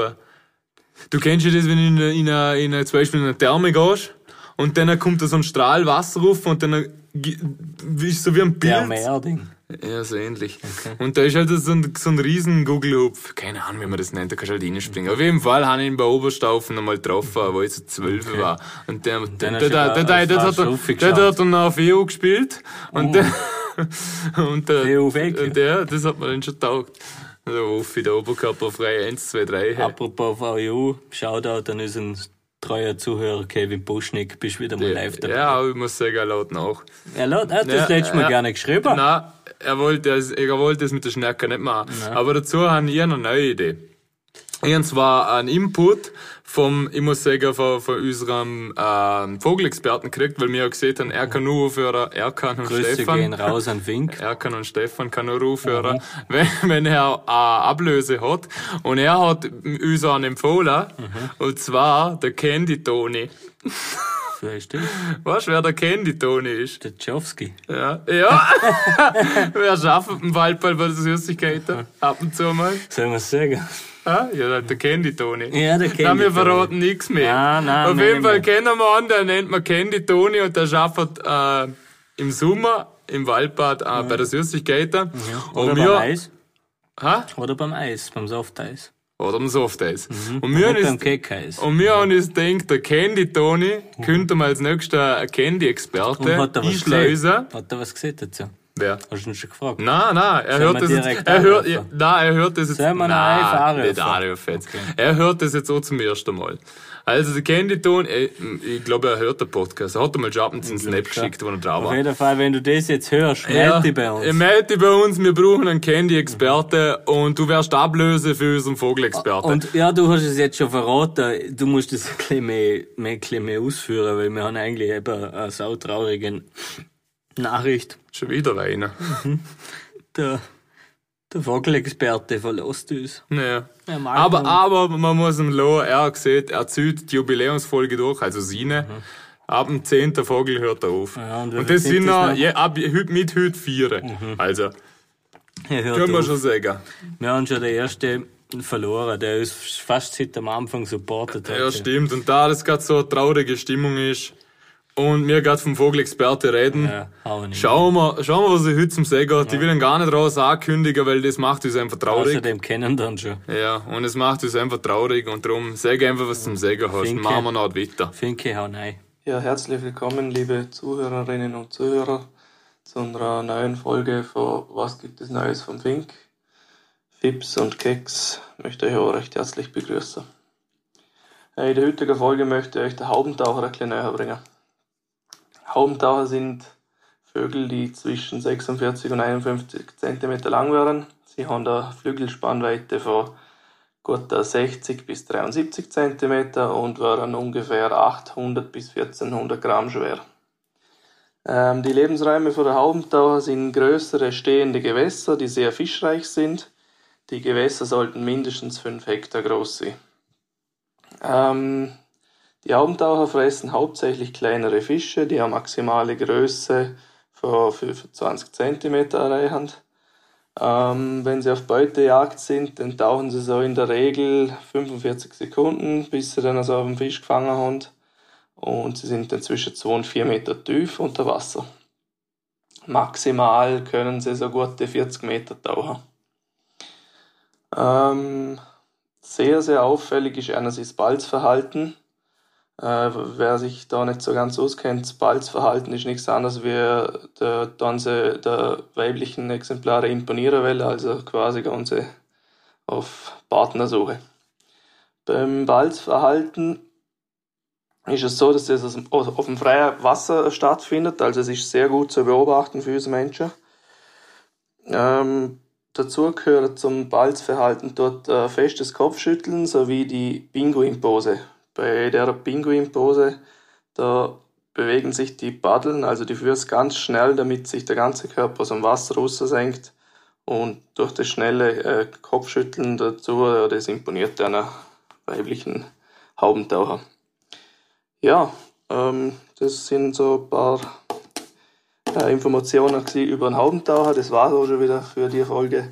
[SPEAKER 4] Du kennst ja das, wenn du in, eine- in, eine- in, eine- zum Beispiel in eine Therme gehst und dann kommt da so ein Strahl Wasser rauf und dann gi- ist so wie ein
[SPEAKER 3] Der
[SPEAKER 4] Pilz.
[SPEAKER 3] Merding.
[SPEAKER 4] Ja, so ähnlich. Und da ist halt so ein, so ein riesen Gugelhupf. Keine Ahnung, wie man das nennt, da kannst du halt reinspringen. Auf jeden Fall habe ich ihn bei Oberstaufen einmal getroffen, wo ich so zwölf war. Und der, der,
[SPEAKER 3] dann
[SPEAKER 4] der,
[SPEAKER 3] hast du
[SPEAKER 4] der, der,
[SPEAKER 3] schon
[SPEAKER 4] der, der,
[SPEAKER 3] fast
[SPEAKER 4] hat- der,
[SPEAKER 3] raufgeschaut.
[SPEAKER 4] der hat dann auf EU gespielt. Und der, und der,
[SPEAKER 3] EU
[SPEAKER 4] und
[SPEAKER 3] Uh. weg.
[SPEAKER 4] der, das hat mir dann schon taugt. Der Wuffi, der Oberkörper frei, 1, 2, 3. Hey.
[SPEAKER 3] Apropos VU, Shoutout an unseren treuer Zuhörer Kevin Buschnick. Bist wieder mal live dabei.
[SPEAKER 4] Ja, aber ich muss sagen, er laut nach.
[SPEAKER 3] Er hat das
[SPEAKER 4] Ja,
[SPEAKER 3] letzte Mal
[SPEAKER 4] ja. Genau,
[SPEAKER 3] gerne geschrieben.
[SPEAKER 4] Nein, er wollte, es- er wollte es mit der Schnecke nicht machen. Aber dazu haben ich eine neue Idee. Ich habe zwar einen Input vom, ich muss sagen, von, von unserem ähm, Vogelexperten gekriegt, weil wir ja gesehen haben, er kann nur aufhören, er kann und
[SPEAKER 3] Grüße
[SPEAKER 4] Stefan.
[SPEAKER 3] gehen raus Mhm. an Fink.
[SPEAKER 4] Erkan und Stefan kann nur aufhören, wenn, wenn er eine Ablöse hat. Und er hat uns einen empfohlen,
[SPEAKER 3] Mhm.
[SPEAKER 4] und zwar der Candy Tony.
[SPEAKER 3] Verstehst du?
[SPEAKER 4] Weißt du, wer der Candy Tony ist?
[SPEAKER 3] Der Tschowski.
[SPEAKER 4] Ja, ja. Wer schafft im Waldball bei den Süßigkeiten? Ab und zu mal.
[SPEAKER 3] Sollen wir sagen?
[SPEAKER 4] Ah, ja, halt der Candy-Toni.
[SPEAKER 3] Ja, der
[SPEAKER 4] Nein, wir
[SPEAKER 3] Candy-Toni.
[SPEAKER 4] verraten nichts mehr.
[SPEAKER 3] Ah, nein,
[SPEAKER 4] Auf
[SPEAKER 3] nein,
[SPEAKER 4] jeden Fall
[SPEAKER 3] nein.
[SPEAKER 4] kennen wir einen, der nennt man Candy-Toni und der schafft äh, im Sommer im Waldbad äh, bei den Süßigkeiten.
[SPEAKER 3] Oder
[SPEAKER 4] und
[SPEAKER 3] beim
[SPEAKER 4] wir,
[SPEAKER 3] Eis.
[SPEAKER 4] Hä?
[SPEAKER 3] Oder beim Eis, beim Softeis.
[SPEAKER 4] Oder dem Softeis.
[SPEAKER 3] Mhm.
[SPEAKER 4] Und wir haben
[SPEAKER 3] Mit dem
[SPEAKER 4] uns- um
[SPEAKER 3] Kekkeis.
[SPEAKER 4] und wir haben uns gedacht, der Candy Tony könnte mal als nächster
[SPEAKER 3] Mhm. Und
[SPEAKER 4] Candy-Experte,
[SPEAKER 3] hat er was
[SPEAKER 4] Einschleuser.
[SPEAKER 3] gesehen? Hat er was gesehen dazu?
[SPEAKER 4] Wer?
[SPEAKER 3] Hast du ihn schon gefragt?
[SPEAKER 4] Nein, nein, er
[SPEAKER 3] Sollen wir
[SPEAKER 4] hört das jetzt.
[SPEAKER 3] direkt
[SPEAKER 4] Er hört,
[SPEAKER 3] anrufen?
[SPEAKER 4] nein, er hört das jetzt.
[SPEAKER 3] Sollen wir ihn live
[SPEAKER 4] nein,
[SPEAKER 3] anrufen?
[SPEAKER 4] nicht anrufen jetzt.
[SPEAKER 3] Okay.
[SPEAKER 4] Er hört das jetzt auch zum ersten Mal. Also, der Candy Ton, äh, ich glaube, er hört den Podcast. Er hat einmal Jappen einen Snap geschickt, wo er drauf
[SPEAKER 3] Auf
[SPEAKER 4] war.
[SPEAKER 3] jeden Fall, wenn du das jetzt hörst, melde dich bei uns.
[SPEAKER 4] Ja, Äh, meld dich bei uns, wir brauchen einen Candy-Experte und du wärst Ablöse für unseren Vogelexperten.
[SPEAKER 3] Ah, Und ja, du hast es jetzt schon verraten, du musst es ein bisschen mehr, mehr, ein bisschen mehr ausführen, weil wir haben eigentlich eben eine sautraurige Nachricht.
[SPEAKER 4] Schon wieder einer.
[SPEAKER 3] Der, der Vogelexperte verlässt uns.
[SPEAKER 4] Naja.
[SPEAKER 3] Er mag
[SPEAKER 4] Aber,
[SPEAKER 3] ihn.
[SPEAKER 4] aber man muss ihm lassen, er hat gesehen, er zieht die Jubiläumsfolge durch, also seine. Ab dem 10. Vogel hört er auf.
[SPEAKER 3] Mhm. Ja, und
[SPEAKER 4] und,
[SPEAKER 3] wie viel
[SPEAKER 4] das
[SPEAKER 3] sind
[SPEAKER 4] sind
[SPEAKER 3] das
[SPEAKER 4] noch,
[SPEAKER 3] noch? Mhm.
[SPEAKER 4] ja, ab, heute- mit heute vier. Also,
[SPEAKER 3] Er hört
[SPEAKER 4] können wir
[SPEAKER 3] auf.
[SPEAKER 4] schon sagen.
[SPEAKER 3] Wir haben schon den ersten verloren, der uns fast seit am Anfang supportet hat.
[SPEAKER 4] Ja, stimmt. Und da das gerade so eine traurige Stimmung ist und wir gerade vom Vogelexperte reden,
[SPEAKER 3] Ja, hau nicht.
[SPEAKER 4] schauen, wir, schauen wir, was ich heute zum Sagen hat. Ich will ihn gar nicht raus ankündigen, weil das macht uns einfach traurig.
[SPEAKER 3] Außerdem kennen dann schon.
[SPEAKER 4] Ja, und es macht uns einfach traurig und darum sag einfach, was du zum Sagen hast.
[SPEAKER 3] Finke.
[SPEAKER 4] Machen wir noch weiter.
[SPEAKER 3] Finke, hau nein.
[SPEAKER 5] Ja, herzlich willkommen, liebe Zuhörerinnen und Zuhörer, zu unserer neuen Folge von Was gibt es Neues vom Fink? Fips und Keks möchte ich auch recht herzlich begrüßen. Äh, In der heutigen Folge möchte ich euch den Haubentaucher ein bisschen näher bringen. Haubentaucher sind Vögel, die zwischen 46 und 51 cm lang wären. Sie haben eine Flügelspannweite von gut äh, 60 bis 73 cm und waren ungefähr 800 bis 1400 Gramm schwer. Ähm, die Lebensräume von der Haubentaucher sind größere stehende Gewässer, die sehr fischreich sind. Die Gewässer sollten mindestens 5 Hektar groß sein. Ähm, die Haubentaucher fressen hauptsächlich kleinere Fische, die eine maximale Größe von 25 cm erreichen. Ähm, wenn sie auf Beutejagd sind, dann tauchen sie so in der Regel 45 Sekunden, bis sie dann also einen Fisch gefangen haben. Und sie sind dann zwischen 2 und 4 Meter tief unter Wasser. Maximal können sie so gute 40 Meter tauchen. Ähm, sehr, sehr auffällig ist einerseits das Balzverhalten. Äh, wer sich da nicht so ganz auskennt, das Balzverhalten ist nichts anderes, wie der, dann sie der weiblichen Exemplare imponieren will, also quasi ganze auf Partnersuche. Beim Balzverhalten ist es so, dass das aus dem- aus- auf dem freien Wasser stattfindet, also es ist sehr gut zu beobachten für uns Menschen. Ähm, dazu gehört zum Balzverhalten dort äh, festes Kopfschütteln sowie die Pinguinpose. Bei der Pinguinpose, da bewegen sich die Paddeln, also die Füße ganz schnell, damit sich der ganze Körper aus dem Wasser raussenkt. Und durch das schnelle äh, Kopfschütteln dazu, äh, das imponiert einer weiblichen Haubentaucher. Ja, ähm, das sind so ein paar äh, Informationen gewesen über den Haubentaucher. Das war auch schon wieder für die Folge.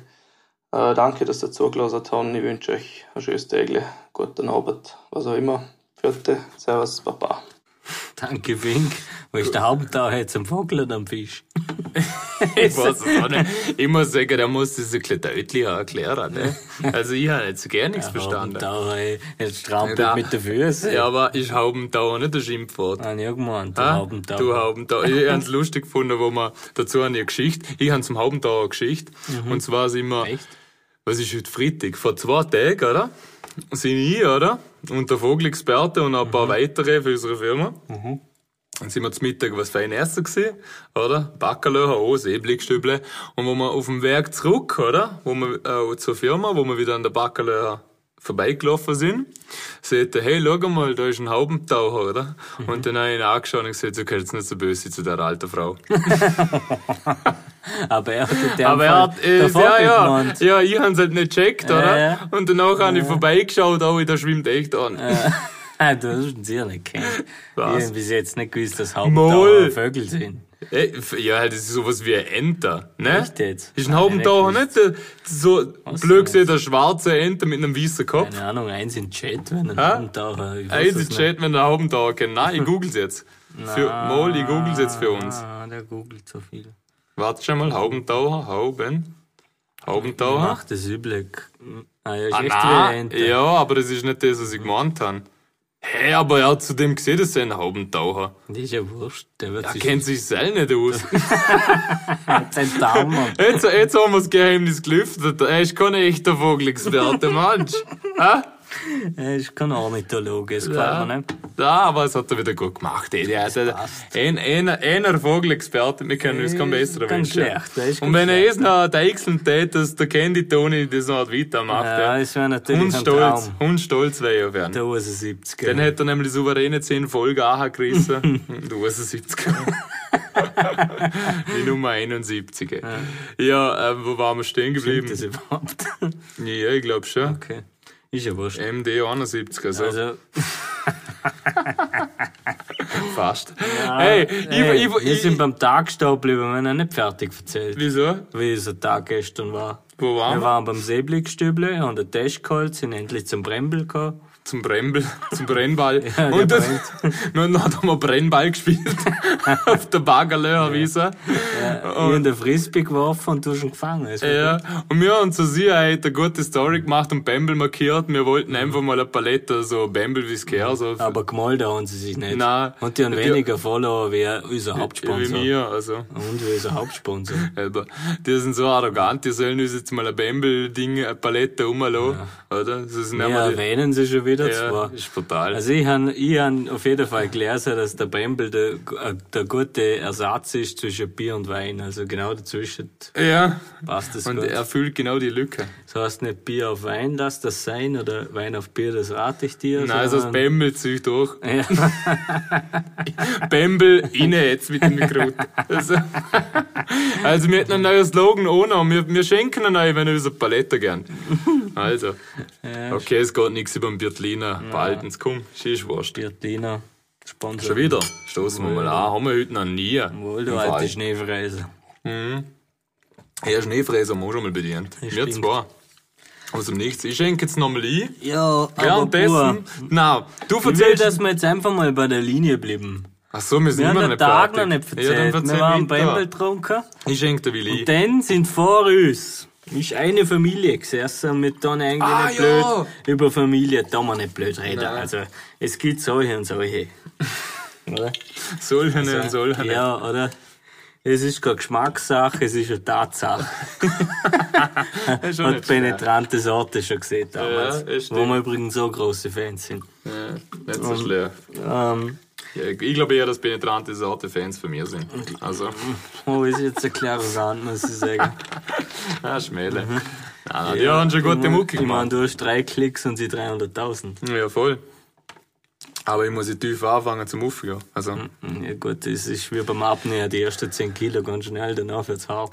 [SPEAKER 5] Äh, danke, dass ihr zugelassen habt. Ich wünsche euch ein schönes Tag, guten Abend, was auch immer. Vierte, Servus, Baba.
[SPEAKER 3] Danke, Fink. Wo ist der Haupttaucher jetzt am Vogel oder am Fisch?
[SPEAKER 4] Ich weiß es auch nicht. Ich muss sagen, der muss das ein bisschen deutlicher erklären. Ne? Also ich habe jetzt gar nichts verstanden.
[SPEAKER 3] Haupttaucher, ey. Jetzt strampelt
[SPEAKER 4] Ja.
[SPEAKER 3] mit den Füßen.
[SPEAKER 4] Ja, aber ist Haubentauer nicht ein Schimpfwort?
[SPEAKER 3] Nein, ich hab gemeint, der
[SPEAKER 4] Ah,
[SPEAKER 3] Haubentaucher.
[SPEAKER 4] Du Haubentauer. Ich habe es lustig gefunden, wo man dazu eine Geschichte. Ich habe zum Haubentauer eine Geschichte. Und zwar sind wir.
[SPEAKER 3] Echt?
[SPEAKER 4] Was ist heute Freitag? Vor zwei Tagen, oder? Sind ich, oder? Und der Vogelexperte und ein paar weitere für unsere Firma. Dann sind wir zum Mittag was fein essen gewesen, oder? Backerlöcher, auch Seeblickstüble. Und wo wir auf dem Weg zurück, oder? Wo wir, äh, zur Firma, wo wir wieder an der Backerlöcher vorbeigelaufen sind, seht ihr, hey, schau mal, da ist ein Haubentaucher, oder?
[SPEAKER 3] Mhm.
[SPEAKER 4] Und dann habe ich ihn angeschaut und gesagt, du kannst nicht so böse sein zu der alten Frau.
[SPEAKER 3] Aber er hat in dem
[SPEAKER 4] Aber
[SPEAKER 3] Fall
[SPEAKER 4] er hat, äh,
[SPEAKER 3] den Vogel
[SPEAKER 4] ja, ja,
[SPEAKER 3] gemeint.
[SPEAKER 4] ja, ich hab's halt nicht checkt,
[SPEAKER 3] Ja,
[SPEAKER 4] oder?
[SPEAKER 3] ja.
[SPEAKER 4] Und danach habe ich vorbeigeschaut, oh, da schwimmt echt an.
[SPEAKER 3] Ah, du hast ihn sicher nicht kennt.
[SPEAKER 4] Was?
[SPEAKER 3] Ich hab bis jetzt nicht gewusst, dass
[SPEAKER 4] Moll.
[SPEAKER 3] Haupttaucher Vögel sind.
[SPEAKER 4] Äh, f- ja, das ist sowas wie ein Enter, ne?
[SPEAKER 3] Echt jetzt? Ah,
[SPEAKER 4] Ist ein
[SPEAKER 3] Hab ich
[SPEAKER 4] Haubentaucher
[SPEAKER 3] nicht
[SPEAKER 4] nicht äh, so
[SPEAKER 3] du
[SPEAKER 4] blöd gesehen, der schwarze Enter mit einem weißen Kopf?
[SPEAKER 3] Keine Ahnung, eins in den Chat, wenn ein
[SPEAKER 4] Hä?
[SPEAKER 3] Haubentaucher. ich weiß
[SPEAKER 4] Ey,
[SPEAKER 3] es
[SPEAKER 4] das
[SPEAKER 3] nicht.
[SPEAKER 4] steht, wenn der Haubentaucher kennt. Nein, ich google's jetzt. Für, Mol, ich google's jetzt für uns.
[SPEAKER 3] Ah, der googelt so viel.
[SPEAKER 4] Warte schon mal, Haubentaucher, Hauben, Haubentaucher.
[SPEAKER 3] Macht das üblich. Ah, ja, ist
[SPEAKER 4] Ah,
[SPEAKER 3] echt
[SPEAKER 4] nein,
[SPEAKER 3] wie ein
[SPEAKER 4] ja, aber das ist nicht das, was ich gemeint habe. Hä, hey, aber er hat zu dem gesehen, dass er einen halben Tau hat.
[SPEAKER 3] Das ist ja wurscht. Der wird
[SPEAKER 4] Er
[SPEAKER 3] sich
[SPEAKER 4] kennt sich selber nicht aus.
[SPEAKER 3] seinen Daumen.
[SPEAKER 4] Jetzt, jetzt haben wir das Geheimnis gelüftet. Er ist kein echter Vogelexperte, Mensch.
[SPEAKER 3] Er ist kein Ornithologe, das gefällt mir nicht.
[SPEAKER 4] Ja, aber es hat er wieder gut gemacht. Ey. Der, der, ein, einer, einer Vogelexperte, wir können uns keinen besseren
[SPEAKER 3] ganz
[SPEAKER 4] wünschen.
[SPEAKER 3] schlecht, der ist
[SPEAKER 4] Und
[SPEAKER 3] ganz
[SPEAKER 4] wenn er es noch deichseln tät, dass der Candy Tony das noch weitermacht.
[SPEAKER 3] Ja,
[SPEAKER 4] Ja,
[SPEAKER 3] das wäre Äh, natürlich ein
[SPEAKER 4] Hundstolz,
[SPEAKER 3] Traum.
[SPEAKER 4] Hundstolz wäre ich auf ihn.
[SPEAKER 3] Der USA 70
[SPEAKER 4] Dann hätte er nämlich souveräne 10 Folgen angerissen. du hast 70 Die Nummer 71. ey. Ja, ähm, wo waren wir stehen geblieben?
[SPEAKER 3] Stimmt das überhaupt?
[SPEAKER 4] Ja, ich glaube schon.
[SPEAKER 3] Okay. Ist ja wurscht.
[SPEAKER 4] MD 71, also,
[SPEAKER 3] Also,
[SPEAKER 4] fast. hey,
[SPEAKER 3] Ah, hey,
[SPEAKER 4] ich, ich,
[SPEAKER 3] wir
[SPEAKER 4] ich,
[SPEAKER 3] sind beim Tag stehen geblieben, wir haben ja nicht fertig erzählt,
[SPEAKER 4] wieso?
[SPEAKER 3] wie unser Tag gestern war.
[SPEAKER 4] Wo waren
[SPEAKER 3] Wir
[SPEAKER 4] wir?
[SPEAKER 3] waren beim Seeblickstüble, haben einen Test geholt, sind endlich zum Brembel gekommen.
[SPEAKER 4] Zum Brembel, zum Brennball.
[SPEAKER 3] der
[SPEAKER 4] und das, und dann haben wir Brennball gespielt auf der Baggerlöher Wiese.
[SPEAKER 3] Ich habe den Frisbee geworfen und du hast ihn gefangen. Es war
[SPEAKER 4] Ja, und wir haben zu sie heute eine gute Story gemacht und Bamble markiert. Wir wollten einfach mal eine Palette, so Bamble wie es gehört, so
[SPEAKER 3] Aber gemolden haben sie sich nicht.
[SPEAKER 4] Nein.
[SPEAKER 3] Und die haben
[SPEAKER 4] Die-
[SPEAKER 3] weniger Follower wie unser
[SPEAKER 4] wie
[SPEAKER 3] Hauptsponsor.
[SPEAKER 4] mir. Also.
[SPEAKER 3] Und wie unser Hauptsponsor.
[SPEAKER 4] Aber die sind so arrogant, die sollen uns jetzt mal ein Bamble-Ding, eine Palette rumlassen, oder? Das ist nicht
[SPEAKER 3] Ja,
[SPEAKER 4] mal die,
[SPEAKER 3] erwähnen sie schon wieder
[SPEAKER 4] ja,
[SPEAKER 3] zwar.
[SPEAKER 4] ist fatal.
[SPEAKER 3] Also ich han ich han auf jeden Fall gelernt, dass der Brembel der, äh, der gute Ersatz ist zwischen Bier und Wein. Also genau dazwischen
[SPEAKER 4] ja,
[SPEAKER 3] passt das
[SPEAKER 4] und
[SPEAKER 3] gut.
[SPEAKER 4] er füllt genau die Lücke.
[SPEAKER 3] Das heißt nicht Bier auf Wein, lass das sein, oder Wein auf Bier, das rate ich dir.
[SPEAKER 4] Nein, also das
[SPEAKER 3] sondern-
[SPEAKER 4] Bamble ziehe ich durch.
[SPEAKER 3] Ja,
[SPEAKER 4] Bamble, inne jetzt mit dem Mikrot. Also, also wir hätten einen neuen Slogan ohne, und wir, wir schenken einen neuen, wenn ihr unsere Palette gern. Also, okay, es geht nichts über den Biertliner. Behalten's, komm, schieß wurscht.
[SPEAKER 3] Biertliner, Sponsor.
[SPEAKER 4] Schon wieder, stoßen wir mal an, haben wir heute noch nie.
[SPEAKER 3] Wohl, du
[SPEAKER 4] Im Fall.
[SPEAKER 3] alte Schneefräse.
[SPEAKER 4] Ja, Schneefräser haben wir schon mal bedient. Wir
[SPEAKER 3] stinkt.
[SPEAKER 4] zwei. Aus dem Nichts. Ich schenke jetzt nochmal ein.
[SPEAKER 3] Ja,
[SPEAKER 4] Währenddessen, na, du
[SPEAKER 3] Ich will,
[SPEAKER 4] erzählst...
[SPEAKER 3] dass wir jetzt einfach mal bei der Linie bleiben.
[SPEAKER 4] Ach so, wir sind
[SPEAKER 3] Wir haben
[SPEAKER 4] immer
[SPEAKER 3] den
[SPEAKER 4] nicht
[SPEAKER 3] Tag noch
[SPEAKER 4] fertig.
[SPEAKER 3] nicht
[SPEAKER 4] Ja, dann
[SPEAKER 3] verzählt.
[SPEAKER 4] erzähl
[SPEAKER 3] wir waren
[SPEAKER 4] weiter.
[SPEAKER 3] Brembel getrunken.
[SPEAKER 4] Ich schenke dir Willi.
[SPEAKER 3] Und dann sind vor uns ist eine Familie gesessen mit dann eigentlich
[SPEAKER 4] Ah,
[SPEAKER 3] nicht blöd.
[SPEAKER 4] ja.
[SPEAKER 3] Über Familie da man nicht blöd reden. Also es gibt solche und solche. oder?
[SPEAKER 4] Soll er nicht, soll er
[SPEAKER 3] Also,
[SPEAKER 4] nicht.
[SPEAKER 3] ja, oder? Es ist keine Geschmackssache, es ist eine Tatsache.
[SPEAKER 4] Ist schon
[SPEAKER 3] Hat
[SPEAKER 4] nicht schwer.
[SPEAKER 3] penetrante Sorte schon gesehen damals.
[SPEAKER 4] das stimmt.
[SPEAKER 3] wo wir übrigens so große Fans sind.
[SPEAKER 4] Ja, Nicht so schlecht.
[SPEAKER 3] Ähm,
[SPEAKER 4] Ja, ich glaube eher, dass penetrante Sorte Fans von mir sind. Also,
[SPEAKER 3] oh, ist jetzt ein klares Hand, muss ich sagen.
[SPEAKER 4] ah, Schmähle. Nein, nein, die haben schon gute Mucke
[SPEAKER 3] Mhm. Ich meine,
[SPEAKER 4] gemacht.
[SPEAKER 3] du hast drei Klicks und sie 300.000.
[SPEAKER 4] Ja, voll. Aber ich muss ja tief anfangen zum Aufgehen. Also,
[SPEAKER 3] Mhm. Hm, Ja gut, das ist wie beim Abnäher, die ersten 10 Kilo ganz schnell, danach wird's hart.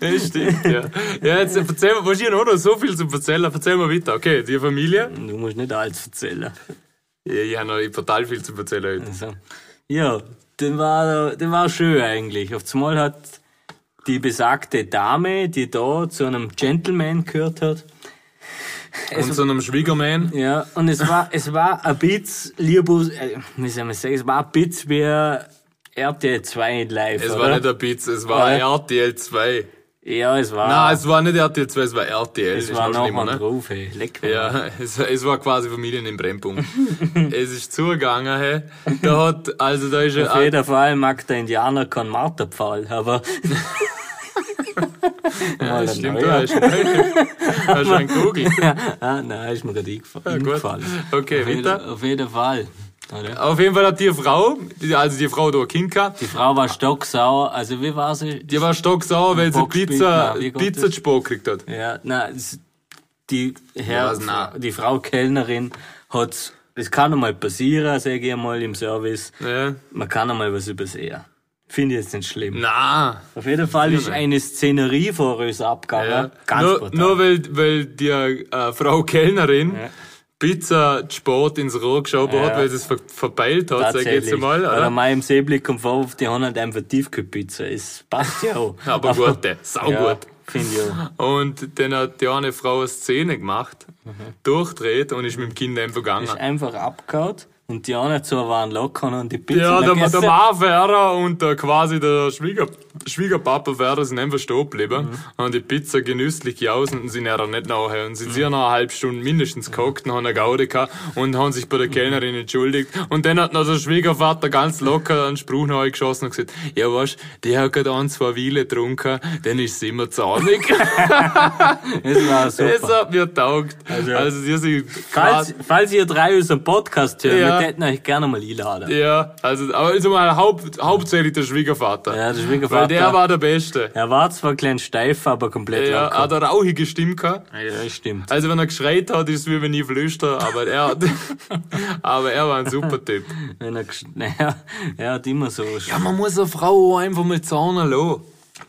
[SPEAKER 4] das stimmt, ja. Ja, jetzt erzähl mir, wahrscheinlich noch so viel zu erzählen, erzähl mal weiter. Okay, die Familie?
[SPEAKER 3] Du musst nicht alles erzählen.
[SPEAKER 4] Ja, ich habe noch total viel zu erzählen heute.
[SPEAKER 3] Also, ja, den war, den war schön eigentlich. Auf einmal hat die besagte Dame, die da zu einem Gentleman gehört hat,
[SPEAKER 4] Und so einem Schwiegermann.
[SPEAKER 3] ja, und es war, es war ein Bitz, Liebus, äh, wie soll man sagen, es war ein Bitz wie RTL 2 in live,
[SPEAKER 4] Es
[SPEAKER 3] oder?
[SPEAKER 4] war nicht der Pizza, es war
[SPEAKER 3] Ja.
[SPEAKER 4] RTL 2.
[SPEAKER 3] ja, es war,
[SPEAKER 4] Nein, es war nicht RTL 2, es war RTL.
[SPEAKER 3] es
[SPEAKER 4] ist
[SPEAKER 3] war
[SPEAKER 4] noch
[SPEAKER 3] noch
[SPEAKER 4] schlimmer, ne?
[SPEAKER 3] ein Ruf, ey, leck mich.
[SPEAKER 4] Ja, es, es war quasi Familien im Brennpunkt. es ist zugegangen, hey. Da hat, also da ist
[SPEAKER 3] Auf
[SPEAKER 4] ein,
[SPEAKER 3] jeden Fall mag der Indianer keinen Marterpfahl, aber. Mal ein
[SPEAKER 4] Ah, stimmt,
[SPEAKER 3] neuer.
[SPEAKER 4] da ist ein, da ist ein Kugel.
[SPEAKER 3] Ah, nein, ist mir gerade eingefa-
[SPEAKER 4] Gut.
[SPEAKER 3] eingefallen.
[SPEAKER 4] Okay,
[SPEAKER 3] Auf jeden-
[SPEAKER 4] weiter.
[SPEAKER 3] Auf jeden Fall. Oder?
[SPEAKER 4] Auf jeden Fall hat die Frau, die- also die Frau da ein Kind gehabt,
[SPEAKER 3] Die Frau war stocksauer, also wie war sie?
[SPEAKER 4] die war stocksauer, weil sie
[SPEAKER 3] Bock spielt,
[SPEAKER 4] Pizza,
[SPEAKER 3] nein, wie geht
[SPEAKER 4] Pizza
[SPEAKER 3] das?
[SPEAKER 4] Spur gekriegt hat.
[SPEAKER 3] Ja, na, s- die Herr,
[SPEAKER 4] Was, nein.
[SPEAKER 3] die Frau Kellnerin hat, es kann einmal passieren, sage ich einmal im Service,
[SPEAKER 4] Ja.
[SPEAKER 3] man kann einmal was übersehen. Finde ich jetzt nicht schlimm.
[SPEAKER 4] Na,
[SPEAKER 3] Auf jeden Fall ist eine Szenerie vor uns abgegangen.
[SPEAKER 4] ja.
[SPEAKER 3] Ganz
[SPEAKER 4] nur,
[SPEAKER 3] brutal.
[SPEAKER 4] nur weil, weil die äh, Frau Kellnerin Pizza Sport ins Rohr geschoben hat, weil sie es ver verpeilt hat, sag ich jetzt einmal.
[SPEAKER 3] Weil
[SPEAKER 4] Oder?
[SPEAKER 3] er mal im Seeblick kommt vor, die haben halt einfach Tiefkühlpizza. Es passt ja auch.
[SPEAKER 4] Aber gut, ey, sau
[SPEAKER 3] ja,
[SPEAKER 4] gut.
[SPEAKER 3] Finde ich auch.
[SPEAKER 4] Und dann hat die eine Frau eine Szene gemacht, durchdreht und ist mit dem Kind einfach gegangen.
[SPEAKER 3] Ist einfach abgehauen. Und die anderen zwei waren locker und die Pizza.
[SPEAKER 4] Ja, der, der
[SPEAKER 3] gegessen.
[SPEAKER 4] Ma Ferrer und der, quasi der Schwieger, Schwiegerpapa Ferrer sind einfach stehen geblieben. Haben die Pizza genüsslich geausen und sind ja nicht nachher. Und sie sind ja nach einer halben Stunde mindestens gehockt und haben eine Gaudi gehabt und haben sich bei der Kellnerin entschuldigt. Und dann hat noch der Schwiegervater ganz locker einen Spruch nach euch geschossen und gesagt, ja weißt, die hat gerade ein, zwei Wiele getrunken, dann ist sie immer zornig.
[SPEAKER 3] Das war
[SPEAKER 4] das
[SPEAKER 3] super.
[SPEAKER 4] hat mir taugt. Also, sie sind
[SPEAKER 3] Falls, falls ihr drei unseren Podcast hört, wir
[SPEAKER 4] Ja.
[SPEAKER 3] hätten euch gerne mal einladen.
[SPEAKER 4] Ja, also, aber ist mal haupt, hauptsächlich der Schwiegervater.
[SPEAKER 3] Ja, der Schwiegervater.
[SPEAKER 4] Weil der war der Beste.
[SPEAKER 3] Er war zwar klein steif, aber komplett
[SPEAKER 4] Ja,
[SPEAKER 3] locker.
[SPEAKER 4] hat eine rauchige Stimme gehabt.
[SPEAKER 3] Ja, stimmt.
[SPEAKER 4] Also, wenn er geschreit hat, ist es wie wenn ich flüster, aber er hat, aber er war ein super Typ.
[SPEAKER 3] Wenn er, gesch- naja, er hat immer so,
[SPEAKER 4] Ja, man muss eine Frau auch einfach mal zahnen lassen.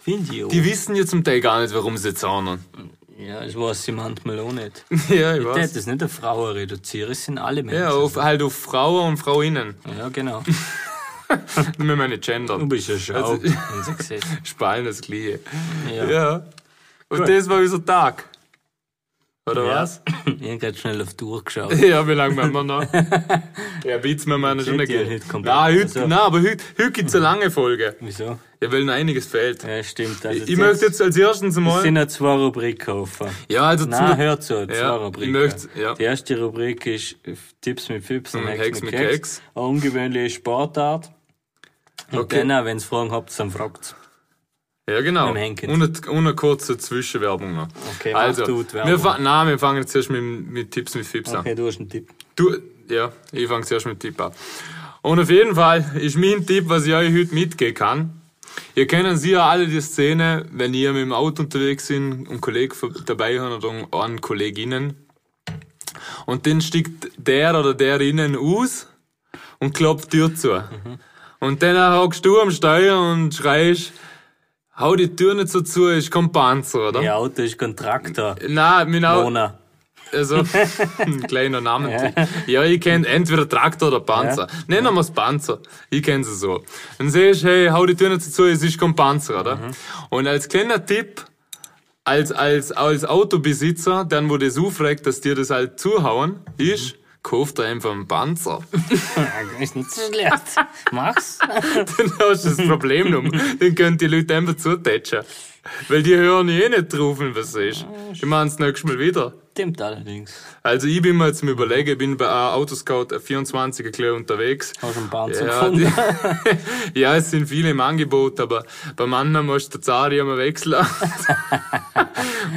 [SPEAKER 3] finde ich auch.
[SPEAKER 4] Die wissen ja zum Teil gar nicht, warum sie zahnen.
[SPEAKER 3] Ja, das weiß sie manchmal auch nicht.
[SPEAKER 4] Ja, ich
[SPEAKER 3] Ich tät
[SPEAKER 4] weiß.
[SPEAKER 3] das nicht auf Frauen reduzieren, es sind alle Menschen.
[SPEAKER 4] Ja, auf, halt auf Frauen und Frauinnen.
[SPEAKER 3] Ja, genau.
[SPEAKER 4] Mit meine Gender.
[SPEAKER 3] Du bist ja schau,
[SPEAKER 4] Also-
[SPEAKER 3] haben sie gesehen.
[SPEAKER 4] Spallen das Gleiche.
[SPEAKER 3] Ja.
[SPEAKER 4] Ja. Und das war unser Tag. Oder
[SPEAKER 3] Ja.
[SPEAKER 4] was?
[SPEAKER 3] Ich hab grad schnell auf die Uhr geschaut.
[SPEAKER 4] Ja, wie lange machen wir noch? ja, Witz, wir machen schon
[SPEAKER 3] Seht ihr
[SPEAKER 4] gehen.
[SPEAKER 3] heute komplett?
[SPEAKER 4] Nein, heute,
[SPEAKER 3] Also-
[SPEAKER 4] nein, aber heute, heute gibt's eine lange Folge.
[SPEAKER 3] Wieso?
[SPEAKER 4] Ja, weil noch einiges fehlt.
[SPEAKER 3] Ja, stimmt. Also
[SPEAKER 4] ich möchte jetzt als erstes
[SPEAKER 3] Es sind
[SPEAKER 4] einmal.
[SPEAKER 3] ja zwei Rubriken offen.
[SPEAKER 4] Ja, also
[SPEAKER 3] Nein,
[SPEAKER 4] zu,
[SPEAKER 3] hört so, zwei
[SPEAKER 4] Ja, ich
[SPEAKER 3] Rubriken.
[SPEAKER 4] möcht's, ja. Mhm,
[SPEAKER 3] Die erste Rubrik ist Tipps mit Fips und
[SPEAKER 4] Und
[SPEAKER 3] Hacks mit Keks. Eine ungewöhnliche Sportart. Und
[SPEAKER 4] Okay.
[SPEAKER 3] dann, wenn Fragen habt, dann fragt's.
[SPEAKER 4] Ja, genau.
[SPEAKER 3] Mit dem Henkens.
[SPEAKER 4] Und eine, und eine kurze Zwischenwerbung noch.
[SPEAKER 3] Okay, mach
[SPEAKER 4] also,
[SPEAKER 3] du die Werbung.
[SPEAKER 4] wir fangen, nein, wir fangen jetzt erst mit, mit Tipps mit Fips an.
[SPEAKER 3] Okay, du hast einen Tipp.
[SPEAKER 4] Du, ja, ich fange zuerst mit Tipp an. Und auf jeden Fall ist mein Tipp, was ich euch heute mitgeben kann. Ihr kennt sicher alle die Szene, wenn ihr mit dem Auto unterwegs sind und Kollegen vor- dabei haben oder an Kolleginnen. Und dann steigt der oder derinnen aus und klopft die Tür zu. Und dann hockst du am Steuer und schreist, hau die Tür nicht so zu, ist kein Panzer, oder?
[SPEAKER 3] Ihr Auto ist Kontraktor.
[SPEAKER 4] Nein, mein Auto,
[SPEAKER 3] Corona.
[SPEAKER 4] also, ein kleiner Name. Ja, ich kenn entweder Traktor oder Panzer. Nennen wir es Panzer. Ich kenne sie so. Dann siehst du, hey, hau die Tür nicht zu, es ist kein Panzer, oder? Und als kleiner Tipp, als, als, als Autobesitzer, dann wo das aufregt, dass dir das halt zuhauen, ist, kauft er einfach einen Panzer.
[SPEAKER 3] Ist nicht so schlecht. Mach's.
[SPEAKER 4] dann hast du das Problem um. Dann können die Leute einfach zutätschen. Weil die hören eh nicht drauf, wenn was ist. Ich meine, das nächste Mal wieder.
[SPEAKER 3] Stimmt allerdings.
[SPEAKER 4] Also ich bin mir jetzt im Überlegen, ich bin bei äh, Autoscout 24 erklärt unterwegs.
[SPEAKER 3] Hast du einen Panzer
[SPEAKER 4] ja,
[SPEAKER 3] gefunden?
[SPEAKER 4] die- ja, es sind viele im Angebot, aber beim anderen musst du den Zari einmal wechseln.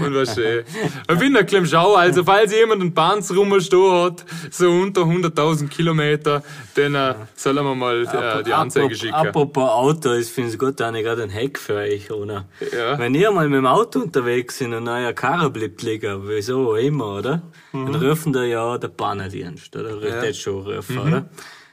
[SPEAKER 4] Und äh, war schön. Ich bin da klein schau, also falls jemand einen Panzer rumstehen hat, so unter 100.000 Kilometer, dann äh, sollen wir mal äh, die Anzeige
[SPEAKER 3] Apropos-
[SPEAKER 4] schicken.
[SPEAKER 3] Apropos Auto, ich finde es gut, da habe ich gerade einen Hack für euch, oder?
[SPEAKER 4] Ja.
[SPEAKER 3] Wenn ihr mal mit dem Auto unterwegs sind und euer Karre bleibt liegen, wieso auch immer, oder?
[SPEAKER 4] Mhm.
[SPEAKER 3] Dann rufen da ja der Bannerdienst, oder? Rührt jetzt schon
[SPEAKER 4] Mhm.
[SPEAKER 3] rufen, oder?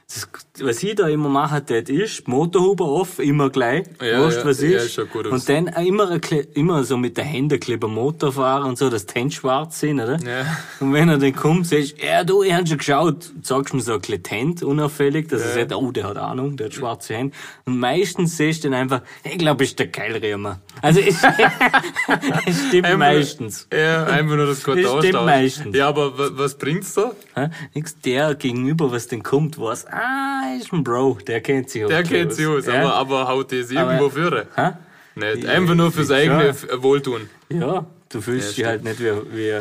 [SPEAKER 3] Das, was ich da immer mache, tät ist, Motorhuber off, immer gleich,
[SPEAKER 4] Ja,
[SPEAKER 3] wurscht
[SPEAKER 4] ja,
[SPEAKER 3] was
[SPEAKER 4] ja,
[SPEAKER 3] ist.
[SPEAKER 4] schaut gut aus.
[SPEAKER 3] und dann auch immer, ein Kle- immer so mit den Händen kleben Motor fahren und so, dass die Hände schwarz sind, oder?
[SPEAKER 4] Ja.
[SPEAKER 3] Und wenn er dann kommt, sagst du, ja, du, ich hab schon geschaut, sagst mir so ein Kletent, unauffällig, dass er sagt, oh, der hat Ahnung, der hat schwarze Hände. Und meistens siehst du dann einfach, ich glaube, ist der Keilriemer. Also, es, es stimmt
[SPEAKER 4] Einfach-
[SPEAKER 3] meistens.
[SPEAKER 4] Ja, einfach nur das gute
[SPEAKER 3] Das stimmt
[SPEAKER 4] Austausch.
[SPEAKER 3] meistens.
[SPEAKER 4] Ja, aber wa- was bringt's da?
[SPEAKER 3] Hä? Nix, der gegenüber, was denn kommt, weiß, ah, ist ein Bro, der kennt sich
[SPEAKER 4] Der
[SPEAKER 3] auch
[SPEAKER 4] kennt sich aus, aber, aber haut das irgendwo
[SPEAKER 3] Aber-
[SPEAKER 4] führen.
[SPEAKER 3] Hä?
[SPEAKER 4] Nicht. Einfach nur fürs eigene F- Wohltun.
[SPEAKER 3] Ja, du fühlst dich
[SPEAKER 4] stimmt.
[SPEAKER 3] halt nicht wie, wie,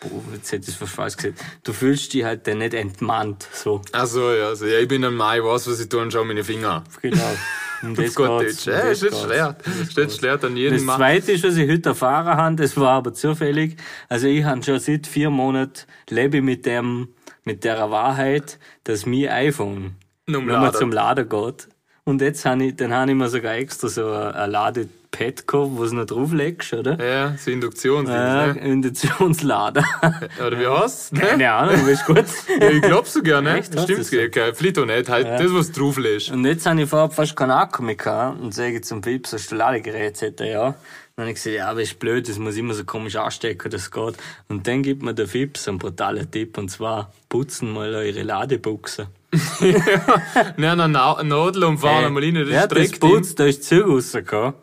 [SPEAKER 3] boah, jetzt hätte ich es fast falsch gesagt, du fühlst dich halt dann nicht entmannt, so.
[SPEAKER 4] Ach so, ja, so, ja, ich bin ein Mann, ich weiß, was ich tue und schau meine Finger an.
[SPEAKER 3] Genau. Um das
[SPEAKER 4] Auf Gott,
[SPEAKER 3] geht's,
[SPEAKER 4] Deutsch.
[SPEAKER 3] um
[SPEAKER 4] Ja,
[SPEAKER 3] das
[SPEAKER 4] ist nicht
[SPEAKER 3] geht's.
[SPEAKER 4] schwer. Steht schwer an jedem
[SPEAKER 3] Das
[SPEAKER 4] Mann.
[SPEAKER 3] zweite ist, was ich heute erfahren habe, das war aber zufällig. Also ich habe schon seit vier Monaten lebe ich mit dem, mit der Wahrheit, dass mein iPhone
[SPEAKER 4] Nun
[SPEAKER 3] nochmal
[SPEAKER 4] laden.
[SPEAKER 3] zum Laden geht. Und jetzt habe ich, dann habe ich mir sogar extra so ein, ein Ladepad gekauft, wo du noch drauflegst, oder?
[SPEAKER 4] Ja, so Induktion.
[SPEAKER 3] Ja,
[SPEAKER 4] Ja. Ne?
[SPEAKER 3] Induktionslader.
[SPEAKER 4] Oder wie heißt's? Ne?
[SPEAKER 3] Keine Ahnung, aber ist gut.
[SPEAKER 4] Ja, ich glaub so gerne. ne?
[SPEAKER 3] Echt? Hast
[SPEAKER 4] Stimmt's?
[SPEAKER 3] du so?
[SPEAKER 4] Okay, fliegt doch nicht. Halt, das, was drauf lässt.
[SPEAKER 3] Und jetzt habe ich vorher fast keinen Akku mehr gehabt und sage zum Philips, hast du Ladegerät, sagt er, ja. Und dann habe ich gesagt, ja, aber ist blöd, das muss ich immer so komisch anstecken, das geht. Und dann gibt mir der Philips einen brutalen Tipp, und zwar, putzen mal eure Ladebuchse.
[SPEAKER 4] Nein, nein, Na- Nadel und fahren einmal Ah, rein, das
[SPEAKER 3] Äh, ja, das
[SPEAKER 4] streckt ihn.
[SPEAKER 3] putzt, da ist Zug rausgekommen.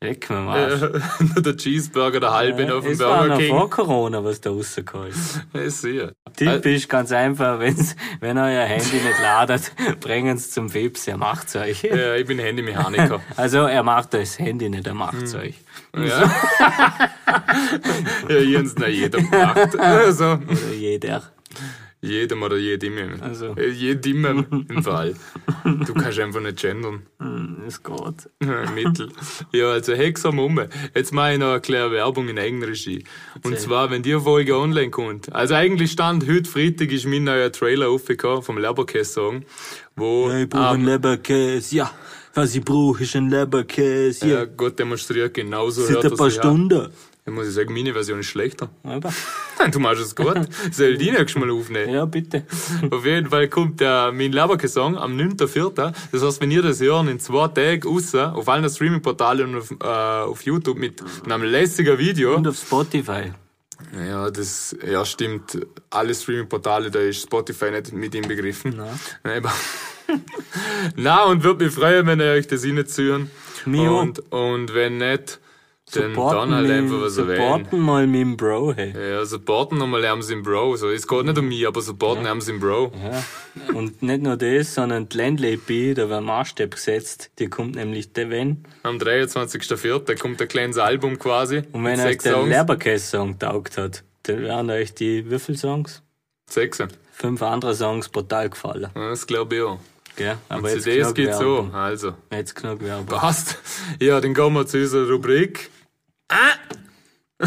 [SPEAKER 3] Leck mir mal.
[SPEAKER 4] Äh, nur der Cheeseburger, der halbe noch auf dem
[SPEAKER 3] es war
[SPEAKER 4] Burger
[SPEAKER 3] noch
[SPEAKER 4] King.
[SPEAKER 3] vor Corona, was da rausgekommen ist.
[SPEAKER 4] Ist sicher. Äh.
[SPEAKER 3] Typisch, ganz einfach, wenn's, wenn euer Handy nicht ladet, bringen's zum Fips, er macht's euch.
[SPEAKER 4] Ja, ich bin Handymechaniker.
[SPEAKER 3] Also er macht das Handy nicht, er macht's
[SPEAKER 4] Hm.
[SPEAKER 3] euch.
[SPEAKER 4] ja. ja, ich hab's nicht jedem gemacht. Also,
[SPEAKER 3] Oder jeder.
[SPEAKER 4] jedem oder jedem.
[SPEAKER 3] Also.
[SPEAKER 4] Äh, Jedem im Fall. Du kannst einfach nicht gendern. Äh,
[SPEAKER 3] Ist gut.
[SPEAKER 4] Mittel. Ja, also Hexer Mumme. Jetzt mache ich noch eine kleine Werbung in Eigenregie. Und zwar, wenn die Folge online kommt. Also eigentlich stand heute Freitag ist mein neuer Trailer aufgekommen vom Leberkäse-Song, wo
[SPEAKER 3] Ich brauche einen Leberkäse, ja. Was ich brauche, ist ein Leberkäse, ja.
[SPEAKER 4] ja, Gott demonstriert, genauso
[SPEAKER 3] Seit
[SPEAKER 4] hört
[SPEAKER 3] ein
[SPEAKER 4] er
[SPEAKER 3] paar
[SPEAKER 4] sich an.
[SPEAKER 3] Stunden.
[SPEAKER 4] Ich muss sagen, meine Version ist schlechter.
[SPEAKER 3] Aber,
[SPEAKER 4] Du machst es gut. Soll die nächstes Mal aufnehmen?
[SPEAKER 3] ja, bitte.
[SPEAKER 4] Auf jeden Fall kommt der mein Leberke-Song am 9.4. Das heißt, wenn ihr das hören, in zwei Tagen raus, auf allen Streaming-Portalen und auf, äh, auf YouTube mit einem lässigen Video.
[SPEAKER 3] Und auf Spotify.
[SPEAKER 4] Ja, das, ja, stimmt. Alle Streaming-Portale, da ist Spotify nicht mit inbegriffen. Nein. Nein, aber- Na, und würde mich freuen, wenn ihr euch das reinzuhören.
[SPEAKER 3] Mio.
[SPEAKER 4] Und, und wenn nicht, dann, dann halt
[SPEAKER 3] mich-
[SPEAKER 4] einfach was erwähnen.
[SPEAKER 3] supporten mal mit dem Bro, hey.
[SPEAKER 4] Ja, supporten nochmal Lärms im Bro. So, es geht nicht um mich, aber supporten Lärms im Bro.
[SPEAKER 3] Und nicht nur das, sondern die Landlady, da war ein Maßstab gesetzt. Die kommt nämlich der Wenn.
[SPEAKER 4] Am 23.04. kommt ein kleines Album quasi.
[SPEAKER 3] Und wenn euch
[SPEAKER 4] sechs
[SPEAKER 3] der
[SPEAKER 4] Songs.
[SPEAKER 3] Leberkäse-Song taugt hat, dann werden euch die, wie viele Songs?
[SPEAKER 4] Sechs. Ja,
[SPEAKER 3] Fünf andere Songs brutal gefallen.
[SPEAKER 4] Das glaube ich auch.
[SPEAKER 3] Gell? Aber
[SPEAKER 4] Und
[SPEAKER 3] jetzt
[SPEAKER 4] CDs
[SPEAKER 3] genug
[SPEAKER 4] geht's so.
[SPEAKER 3] Werbung.
[SPEAKER 4] Also,
[SPEAKER 3] Jetzt genug Werbung.
[SPEAKER 4] passt. Ja, dann kommen wir zu unserer Rubrik. Ah!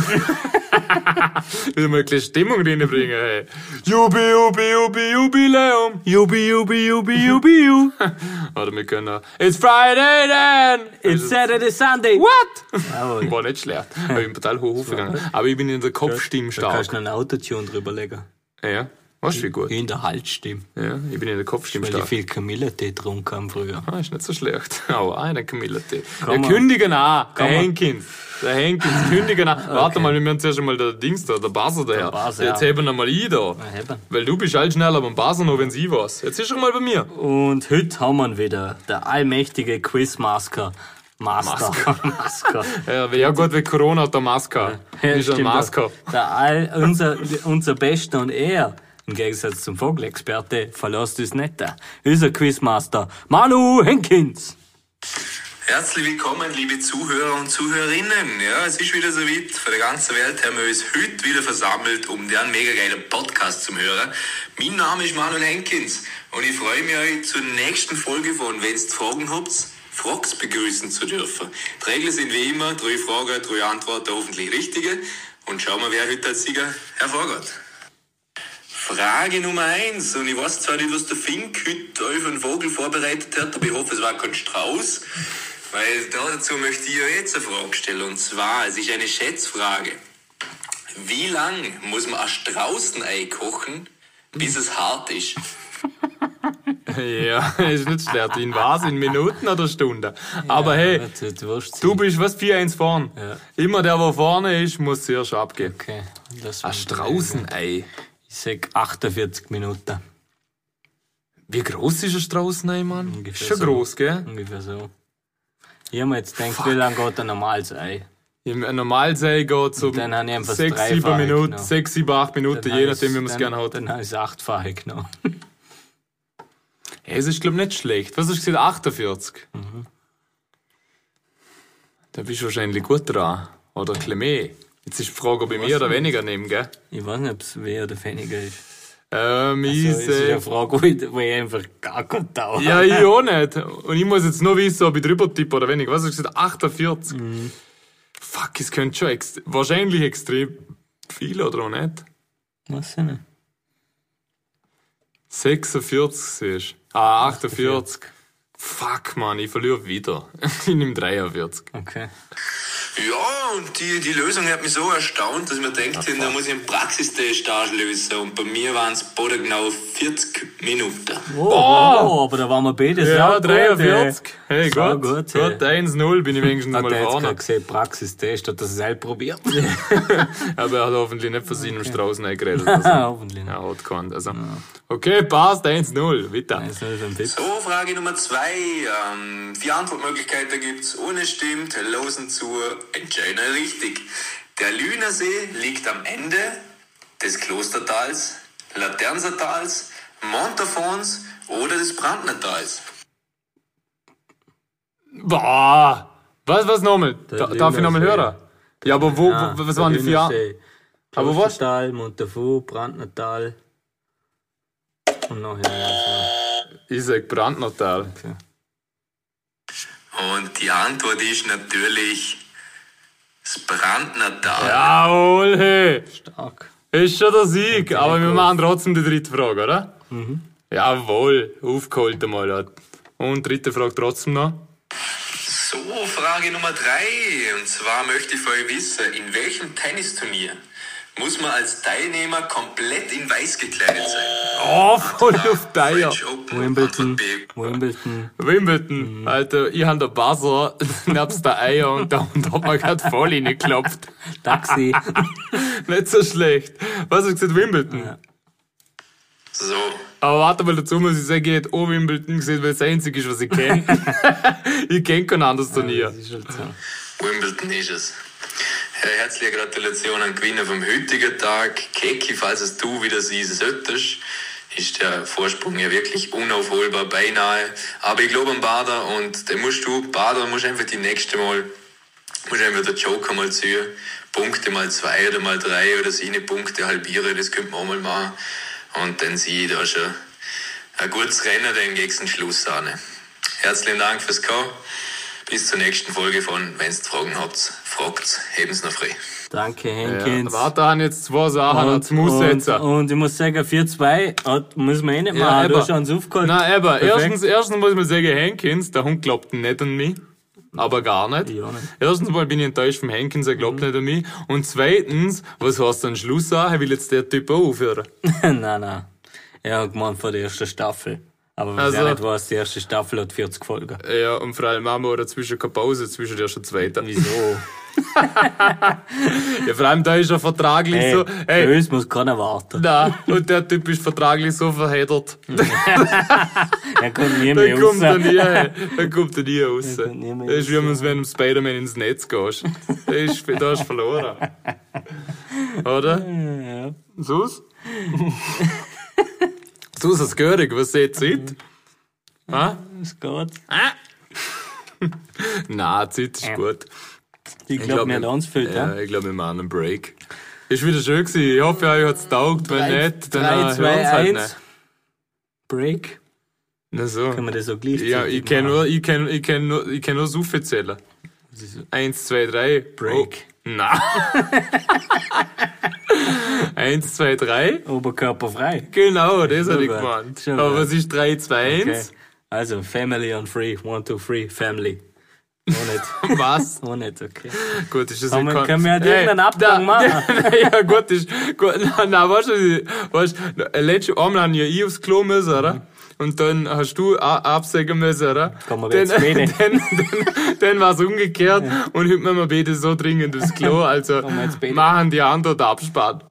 [SPEAKER 4] Wieder mal ein bisschen Stimmung reinbringen, hey. Jubi, jubi, jubi, jubiläum. Jubi, jubi, jubi, jubi, ju. Oder wir können auch, It's Friday then!
[SPEAKER 3] It's Saturday, Sunday!
[SPEAKER 4] What?
[SPEAKER 3] Jawohl.
[SPEAKER 4] War nicht schlecht. Aber ich bin total hoch aufgegangen. Aber ich bin in der Kopfstimme
[SPEAKER 3] Da kannst
[SPEAKER 4] stark.
[SPEAKER 3] du noch einen Autotune drüberlegen.
[SPEAKER 4] Ja, weißt du, wie gut?
[SPEAKER 3] In der Halsstimme.
[SPEAKER 4] Ja, ich bin in der Kopfstimme
[SPEAKER 3] Weil ich
[SPEAKER 4] stark.
[SPEAKER 3] viel Kamille-Tee getrunken habe früher.
[SPEAKER 4] Ah, ist nicht so schlecht. ah, Aber einer Kamille-Tee. Ja,
[SPEAKER 3] Komm mal.
[SPEAKER 4] kündigen an. Der
[SPEAKER 3] mal.
[SPEAKER 4] Henkins. Der Henkins, kündigen an. Warte mal, wir müssen zuerst mal der Dings da, der Baser daher.
[SPEAKER 3] Baser,
[SPEAKER 4] Jetzt
[SPEAKER 3] ja. Ah,
[SPEAKER 4] heben wir mal ich da.
[SPEAKER 3] heben.
[SPEAKER 4] Weil du bist halt schneller beim Baser noch, wenn sie was. Jetzt ist er mal bei mir.
[SPEAKER 3] Und heute haben wir ihn wieder, der allmächtige Quizmasker. Master. Masker.
[SPEAKER 4] Ja, ja gut, wie Corona hat der Maske.
[SPEAKER 3] Ja,
[SPEAKER 4] ist ein
[SPEAKER 3] stimmt.
[SPEAKER 4] Maske.
[SPEAKER 3] Der All, unser, unser Bester und er, im Gegensatz zum Vogelexperte, verlässt uns nicht. Unser Quizmaster, Manu Henkins.
[SPEAKER 6] Herzlich willkommen, liebe Zuhörer und Zuhörerinnen. Ja, es ist wieder soweit. Von der ganzen Welt haben wir uns heute wieder versammelt, um den mega geilen Podcast zu hören. Mein Name ist Manuel Henkins und ich freue mich, euch zur nächsten Folge von Wenn's Fragen habt, Frogs begrüßen zu dürfen. Die Regeln sind wie immer, drei Fragen, drei Antworten, hoffentlich richtige. Und schauen wir, wer heute als Sieger hervorgeht. Frage Nummer eins und ich weiß zwar nicht, was der Fink heute euch für einen Vogel vorbereitet hat, aber ich hoffe, es war kein Strauß, weil dazu möchte ich euch jetzt eine Frage stellen. Und zwar, es ist eine Schätzfrage. Wie lang muss man ein Straußenei kochen, bis es hart ist?
[SPEAKER 4] Ja, ist nicht schlecht. In was? In Minuten oder Stunden? Aber hey, du
[SPEAKER 3] Du
[SPEAKER 4] bist was 4-1 vorn.
[SPEAKER 3] Ja.
[SPEAKER 4] Immer der, der vorne ist, muss zuerst abgehen.
[SPEAKER 3] Okay, das
[SPEAKER 4] Ein Straußenei.
[SPEAKER 3] Ich sag 48 Minuten.
[SPEAKER 4] Wie groß ist ein Straußenei, Mann?
[SPEAKER 3] Ungefähr
[SPEAKER 4] ist schon
[SPEAKER 3] so.
[SPEAKER 4] groß, gell?
[SPEAKER 3] Ungefähr so. Ich hab mir jetzt gedacht, wie lange geht ein normales Ei?
[SPEAKER 4] Im Normalsee geht so
[SPEAKER 3] Dann habe ich einfach das
[SPEAKER 4] 6, 7
[SPEAKER 3] Dreifache
[SPEAKER 4] Minuten,
[SPEAKER 3] genommen.
[SPEAKER 4] 6, 7, 8 Minuten,
[SPEAKER 3] Dann
[SPEAKER 4] je
[SPEAKER 3] hab ich's-
[SPEAKER 4] nachdem, wie man es gerne hat.
[SPEAKER 3] Dann habe ich es achtfache genommen.
[SPEAKER 4] Hey, es ist, glaube ich, nicht schlecht. Was hast du gesagt? 48?
[SPEAKER 3] Mhm.
[SPEAKER 4] Da bist du wahrscheinlich gut dran. Oder ein bisschen mehr. Jetzt ist die Frage, ob ich mehr oder weniger nehme, gell?
[SPEAKER 3] Ich weiß nicht, ob es wer oder weniger ist.
[SPEAKER 4] Ähm, ich
[SPEAKER 3] Das ist
[SPEAKER 4] seh-
[SPEAKER 3] ja eine Frage, wo ich, wo ich einfach gar keinen Dauer
[SPEAKER 4] Ja, ich auch nicht. Und ich muss jetzt nur wissen, ob ich drüber tippe oder wenig. Was hast du gesagt? 48?
[SPEAKER 3] Mhm.
[SPEAKER 4] Fuck, es könnte schon ext wahrscheinlich extrem viel oder auch nicht.
[SPEAKER 3] Weiß ich nicht.
[SPEAKER 4] 46 siehst du. Ah, 48. Fuck, Mann, ich verliere wieder. ich nehme 43.
[SPEAKER 3] Okay.
[SPEAKER 6] Ja, und die, die Lösung hat mich so erstaunt, dass ich mir denkt, da muss ich einen Praxistest lösen. Und bei mir waren es genau 40 Minuten.
[SPEAKER 3] Oh, aber da waren wir beide
[SPEAKER 4] Ja,
[SPEAKER 3] sau gut,
[SPEAKER 4] 43.
[SPEAKER 3] ey.
[SPEAKER 4] Hey,
[SPEAKER 3] Sau
[SPEAKER 4] gut.
[SPEAKER 3] gut,
[SPEAKER 4] Gut,
[SPEAKER 3] ey.
[SPEAKER 4] 1-0 bin ich wenigstens
[SPEAKER 3] Hat
[SPEAKER 4] mal
[SPEAKER 3] er jetzt gerade
[SPEAKER 4] vorne.
[SPEAKER 3] gesehen, Praxistest, hat das selber probiert?
[SPEAKER 4] Aber er hat hoffentlich nicht von seinem Straußen eingeredet.
[SPEAKER 3] Ah,
[SPEAKER 4] Also.
[SPEAKER 3] Hoffentlich nicht.
[SPEAKER 4] Ja, hat keinen. Also. Okay, passt, 1-0. Weiter.
[SPEAKER 3] Eins, null für den Tipp.
[SPEAKER 6] So, Frage Nummer zwei. vorbei. Ähm, vier Antwortmöglichkeiten gibt's. Ohne stimmt, losen zu, entscheiden richtig. Der Lünersee liegt am Ende des Klostertals, Laternsertals, Montafons oder des Brandnertals.
[SPEAKER 4] Boah. Was, was nochmal?
[SPEAKER 3] Der eh-
[SPEAKER 4] Da, darf ich nochmal
[SPEAKER 3] Lünersee.
[SPEAKER 4] hören? Ja, aber wo,
[SPEAKER 3] Ah,
[SPEAKER 4] wo was waren die vier? An- Aber
[SPEAKER 3] Aber
[SPEAKER 4] was-
[SPEAKER 3] was? Tal, Montafu, Brandnertal. Und noch ja,
[SPEAKER 4] Ich sag Brandnertal.
[SPEAKER 6] Und die Antwort ist natürlich das Brandnertal.
[SPEAKER 4] Jawohl, hey.
[SPEAKER 3] stark.
[SPEAKER 4] Ist schon der Sieg, aber wir machen trotzdem die dritte Frage, oder? Mhm. Jawohl, aufgeholt einmal. ja. Und dritte Frage trotzdem noch.
[SPEAKER 6] So, Frage Nummer drei. Und zwar möchte ich von euch wissen, in welchem Tennisturnier muss man als Teilnehmer komplett in weiß gekleidet sein?
[SPEAKER 4] Oh, voll auf Teier.
[SPEAKER 6] French Open,
[SPEAKER 3] Wimbledon,
[SPEAKER 6] Antwort B.
[SPEAKER 3] Wimbledon.
[SPEAKER 4] Wimbledon, Alter, ich hab der Buzzer, nebst der Eier und da und hat man grad voll reingeklopft.
[SPEAKER 3] Taxi.
[SPEAKER 4] Nicht so schlecht. Was hast du gesagt, Wimbledon?
[SPEAKER 6] So,
[SPEAKER 4] Aber warte mal dazu, muss ich sagen, ich hätte auch Wimbledon gesehen, weil es das einzige ist, was ich kenne. ich kenne kein anderes Turnier.
[SPEAKER 3] Das ist halt so.
[SPEAKER 6] Wimbledon ist es. Ja, herzliche Gratulation an den Gewinner vom heutigen Tag. Keki, falls es du wieder sein solltest, ist der Vorsprung ja wirklich unaufholbar, beinahe. Aber ich glaube an Bader und den musst du, Bader, musst einfach die nächste Mal, musst einfach den Joker mal ziehen. Punkte mal zwei oder mal drei oder seine Punkte halbiere, das könnte man auch mal machen. Und dann sehe ich da schon ein gutes Rennen dann gegen den Schluss an. Herzlichen Dank fürs Kommen. Bis zur nächsten Folge von Wenn's Fragen habt, fragt's, heben's noch frei.
[SPEAKER 3] Danke,
[SPEAKER 4] Ja,
[SPEAKER 3] Henkins.
[SPEAKER 4] warte, haben jetzt zwei Sachen
[SPEAKER 3] und,
[SPEAKER 4] als Mussetzer.
[SPEAKER 3] und, und ich muss sagen, 4-2 hat- muss man eh nicht machen. du
[SPEAKER 4] eben.
[SPEAKER 3] hast schon uns aufgeholt.
[SPEAKER 4] Nein, aber
[SPEAKER 3] Perfekt.
[SPEAKER 4] erstens, erstens muss ich mal sagen, Hankins, der Hund glaubt nicht an mich. Aber gar nicht.
[SPEAKER 3] Ich auch nicht. Mhm.
[SPEAKER 4] Erstens mal bin ich enttäuscht vom Hankins, er glaubt nicht an mich. Und zweitens, was heißt denn Schluss an? Er will jetzt der Typ auch aufhören.
[SPEAKER 3] nein, nein. Er hat gemeint von der ersten Staffel. Aber was
[SPEAKER 4] Also-
[SPEAKER 3] er nicht weiß, die erste Staffel hat 40 Folgen.
[SPEAKER 4] Ja, und vor allem haben wir auch dazwischen keine Pause, zwischen der schon zweiter.
[SPEAKER 3] Wieso?
[SPEAKER 4] Ja, vor allem da ist er vertraglich
[SPEAKER 3] Ey,
[SPEAKER 4] so, ey,
[SPEAKER 3] Bös muss keiner warten.
[SPEAKER 4] nein, und der Typ ist vertraglich so verheddert.
[SPEAKER 3] Er kommt nie
[SPEAKER 4] Dann
[SPEAKER 3] mehr raus.
[SPEAKER 4] kommt er nie, ey. dann kommt er nie raus. Das
[SPEAKER 3] kommt nie mehr
[SPEAKER 4] ist wie wenn du mit einem Spider-Man ins Netz gehst. Da ist, da hast du verloren. Oder? Ja. Sus? Sus, das Görig, was seht ihr? Zeit? Ha?
[SPEAKER 3] Es geht.
[SPEAKER 4] Nein, Zeit ist gut.
[SPEAKER 3] Ich glaube, mir hat uns fehlt, ja.
[SPEAKER 4] Ja, ich glaube, wir machen einen Break. Ist wieder schön gewesen. Ich hoffe, euch hat's taugt. Wenn nicht, dann äh,
[SPEAKER 3] 3,
[SPEAKER 4] hören wir
[SPEAKER 3] 2,
[SPEAKER 4] uns halt
[SPEAKER 3] 1.
[SPEAKER 4] nicht.
[SPEAKER 3] Break.
[SPEAKER 4] Na so.
[SPEAKER 3] Können wir das so gleich
[SPEAKER 4] Ja, ich kenn nur, ich kenn, ich kenn nur, ich kenn nur Sufe zählen. Eins, zwei, drei.
[SPEAKER 3] Break.
[SPEAKER 4] Oh. Na. Eins, zwei, drei.
[SPEAKER 3] Oberkörper frei.
[SPEAKER 4] Genau, das hab ich
[SPEAKER 3] Super.
[SPEAKER 4] gemeint.
[SPEAKER 3] Super.
[SPEAKER 4] Aber es ist drei, zwei,
[SPEAKER 3] Okay.
[SPEAKER 4] eins.
[SPEAKER 3] Also, Family on Free. One, two, three. Family. Noch nicht.
[SPEAKER 4] Was?
[SPEAKER 3] Noch nicht, okay.
[SPEAKER 4] Gut, ist das
[SPEAKER 3] Aber
[SPEAKER 4] kein-
[SPEAKER 3] können wir ja halt
[SPEAKER 4] Ey,
[SPEAKER 3] irgendeinen Abgang
[SPEAKER 4] da-
[SPEAKER 3] machen.
[SPEAKER 4] ja, gut, ist, gut, na, na, weißt du, weißt du, äh, letztes Mal haben ja ich aufs Klo müssen,
[SPEAKER 3] Mhm.
[SPEAKER 4] oder? Und dann hast du a- absägen müssen, oder?
[SPEAKER 3] Kommen wir
[SPEAKER 4] dann,
[SPEAKER 3] jetzt beide.
[SPEAKER 4] dann, dann, dann war's umgekehrt und heute müssen wir beide so dringend aufs Klo, also
[SPEAKER 3] wir jetzt beide.
[SPEAKER 4] machen die andere den Abspann.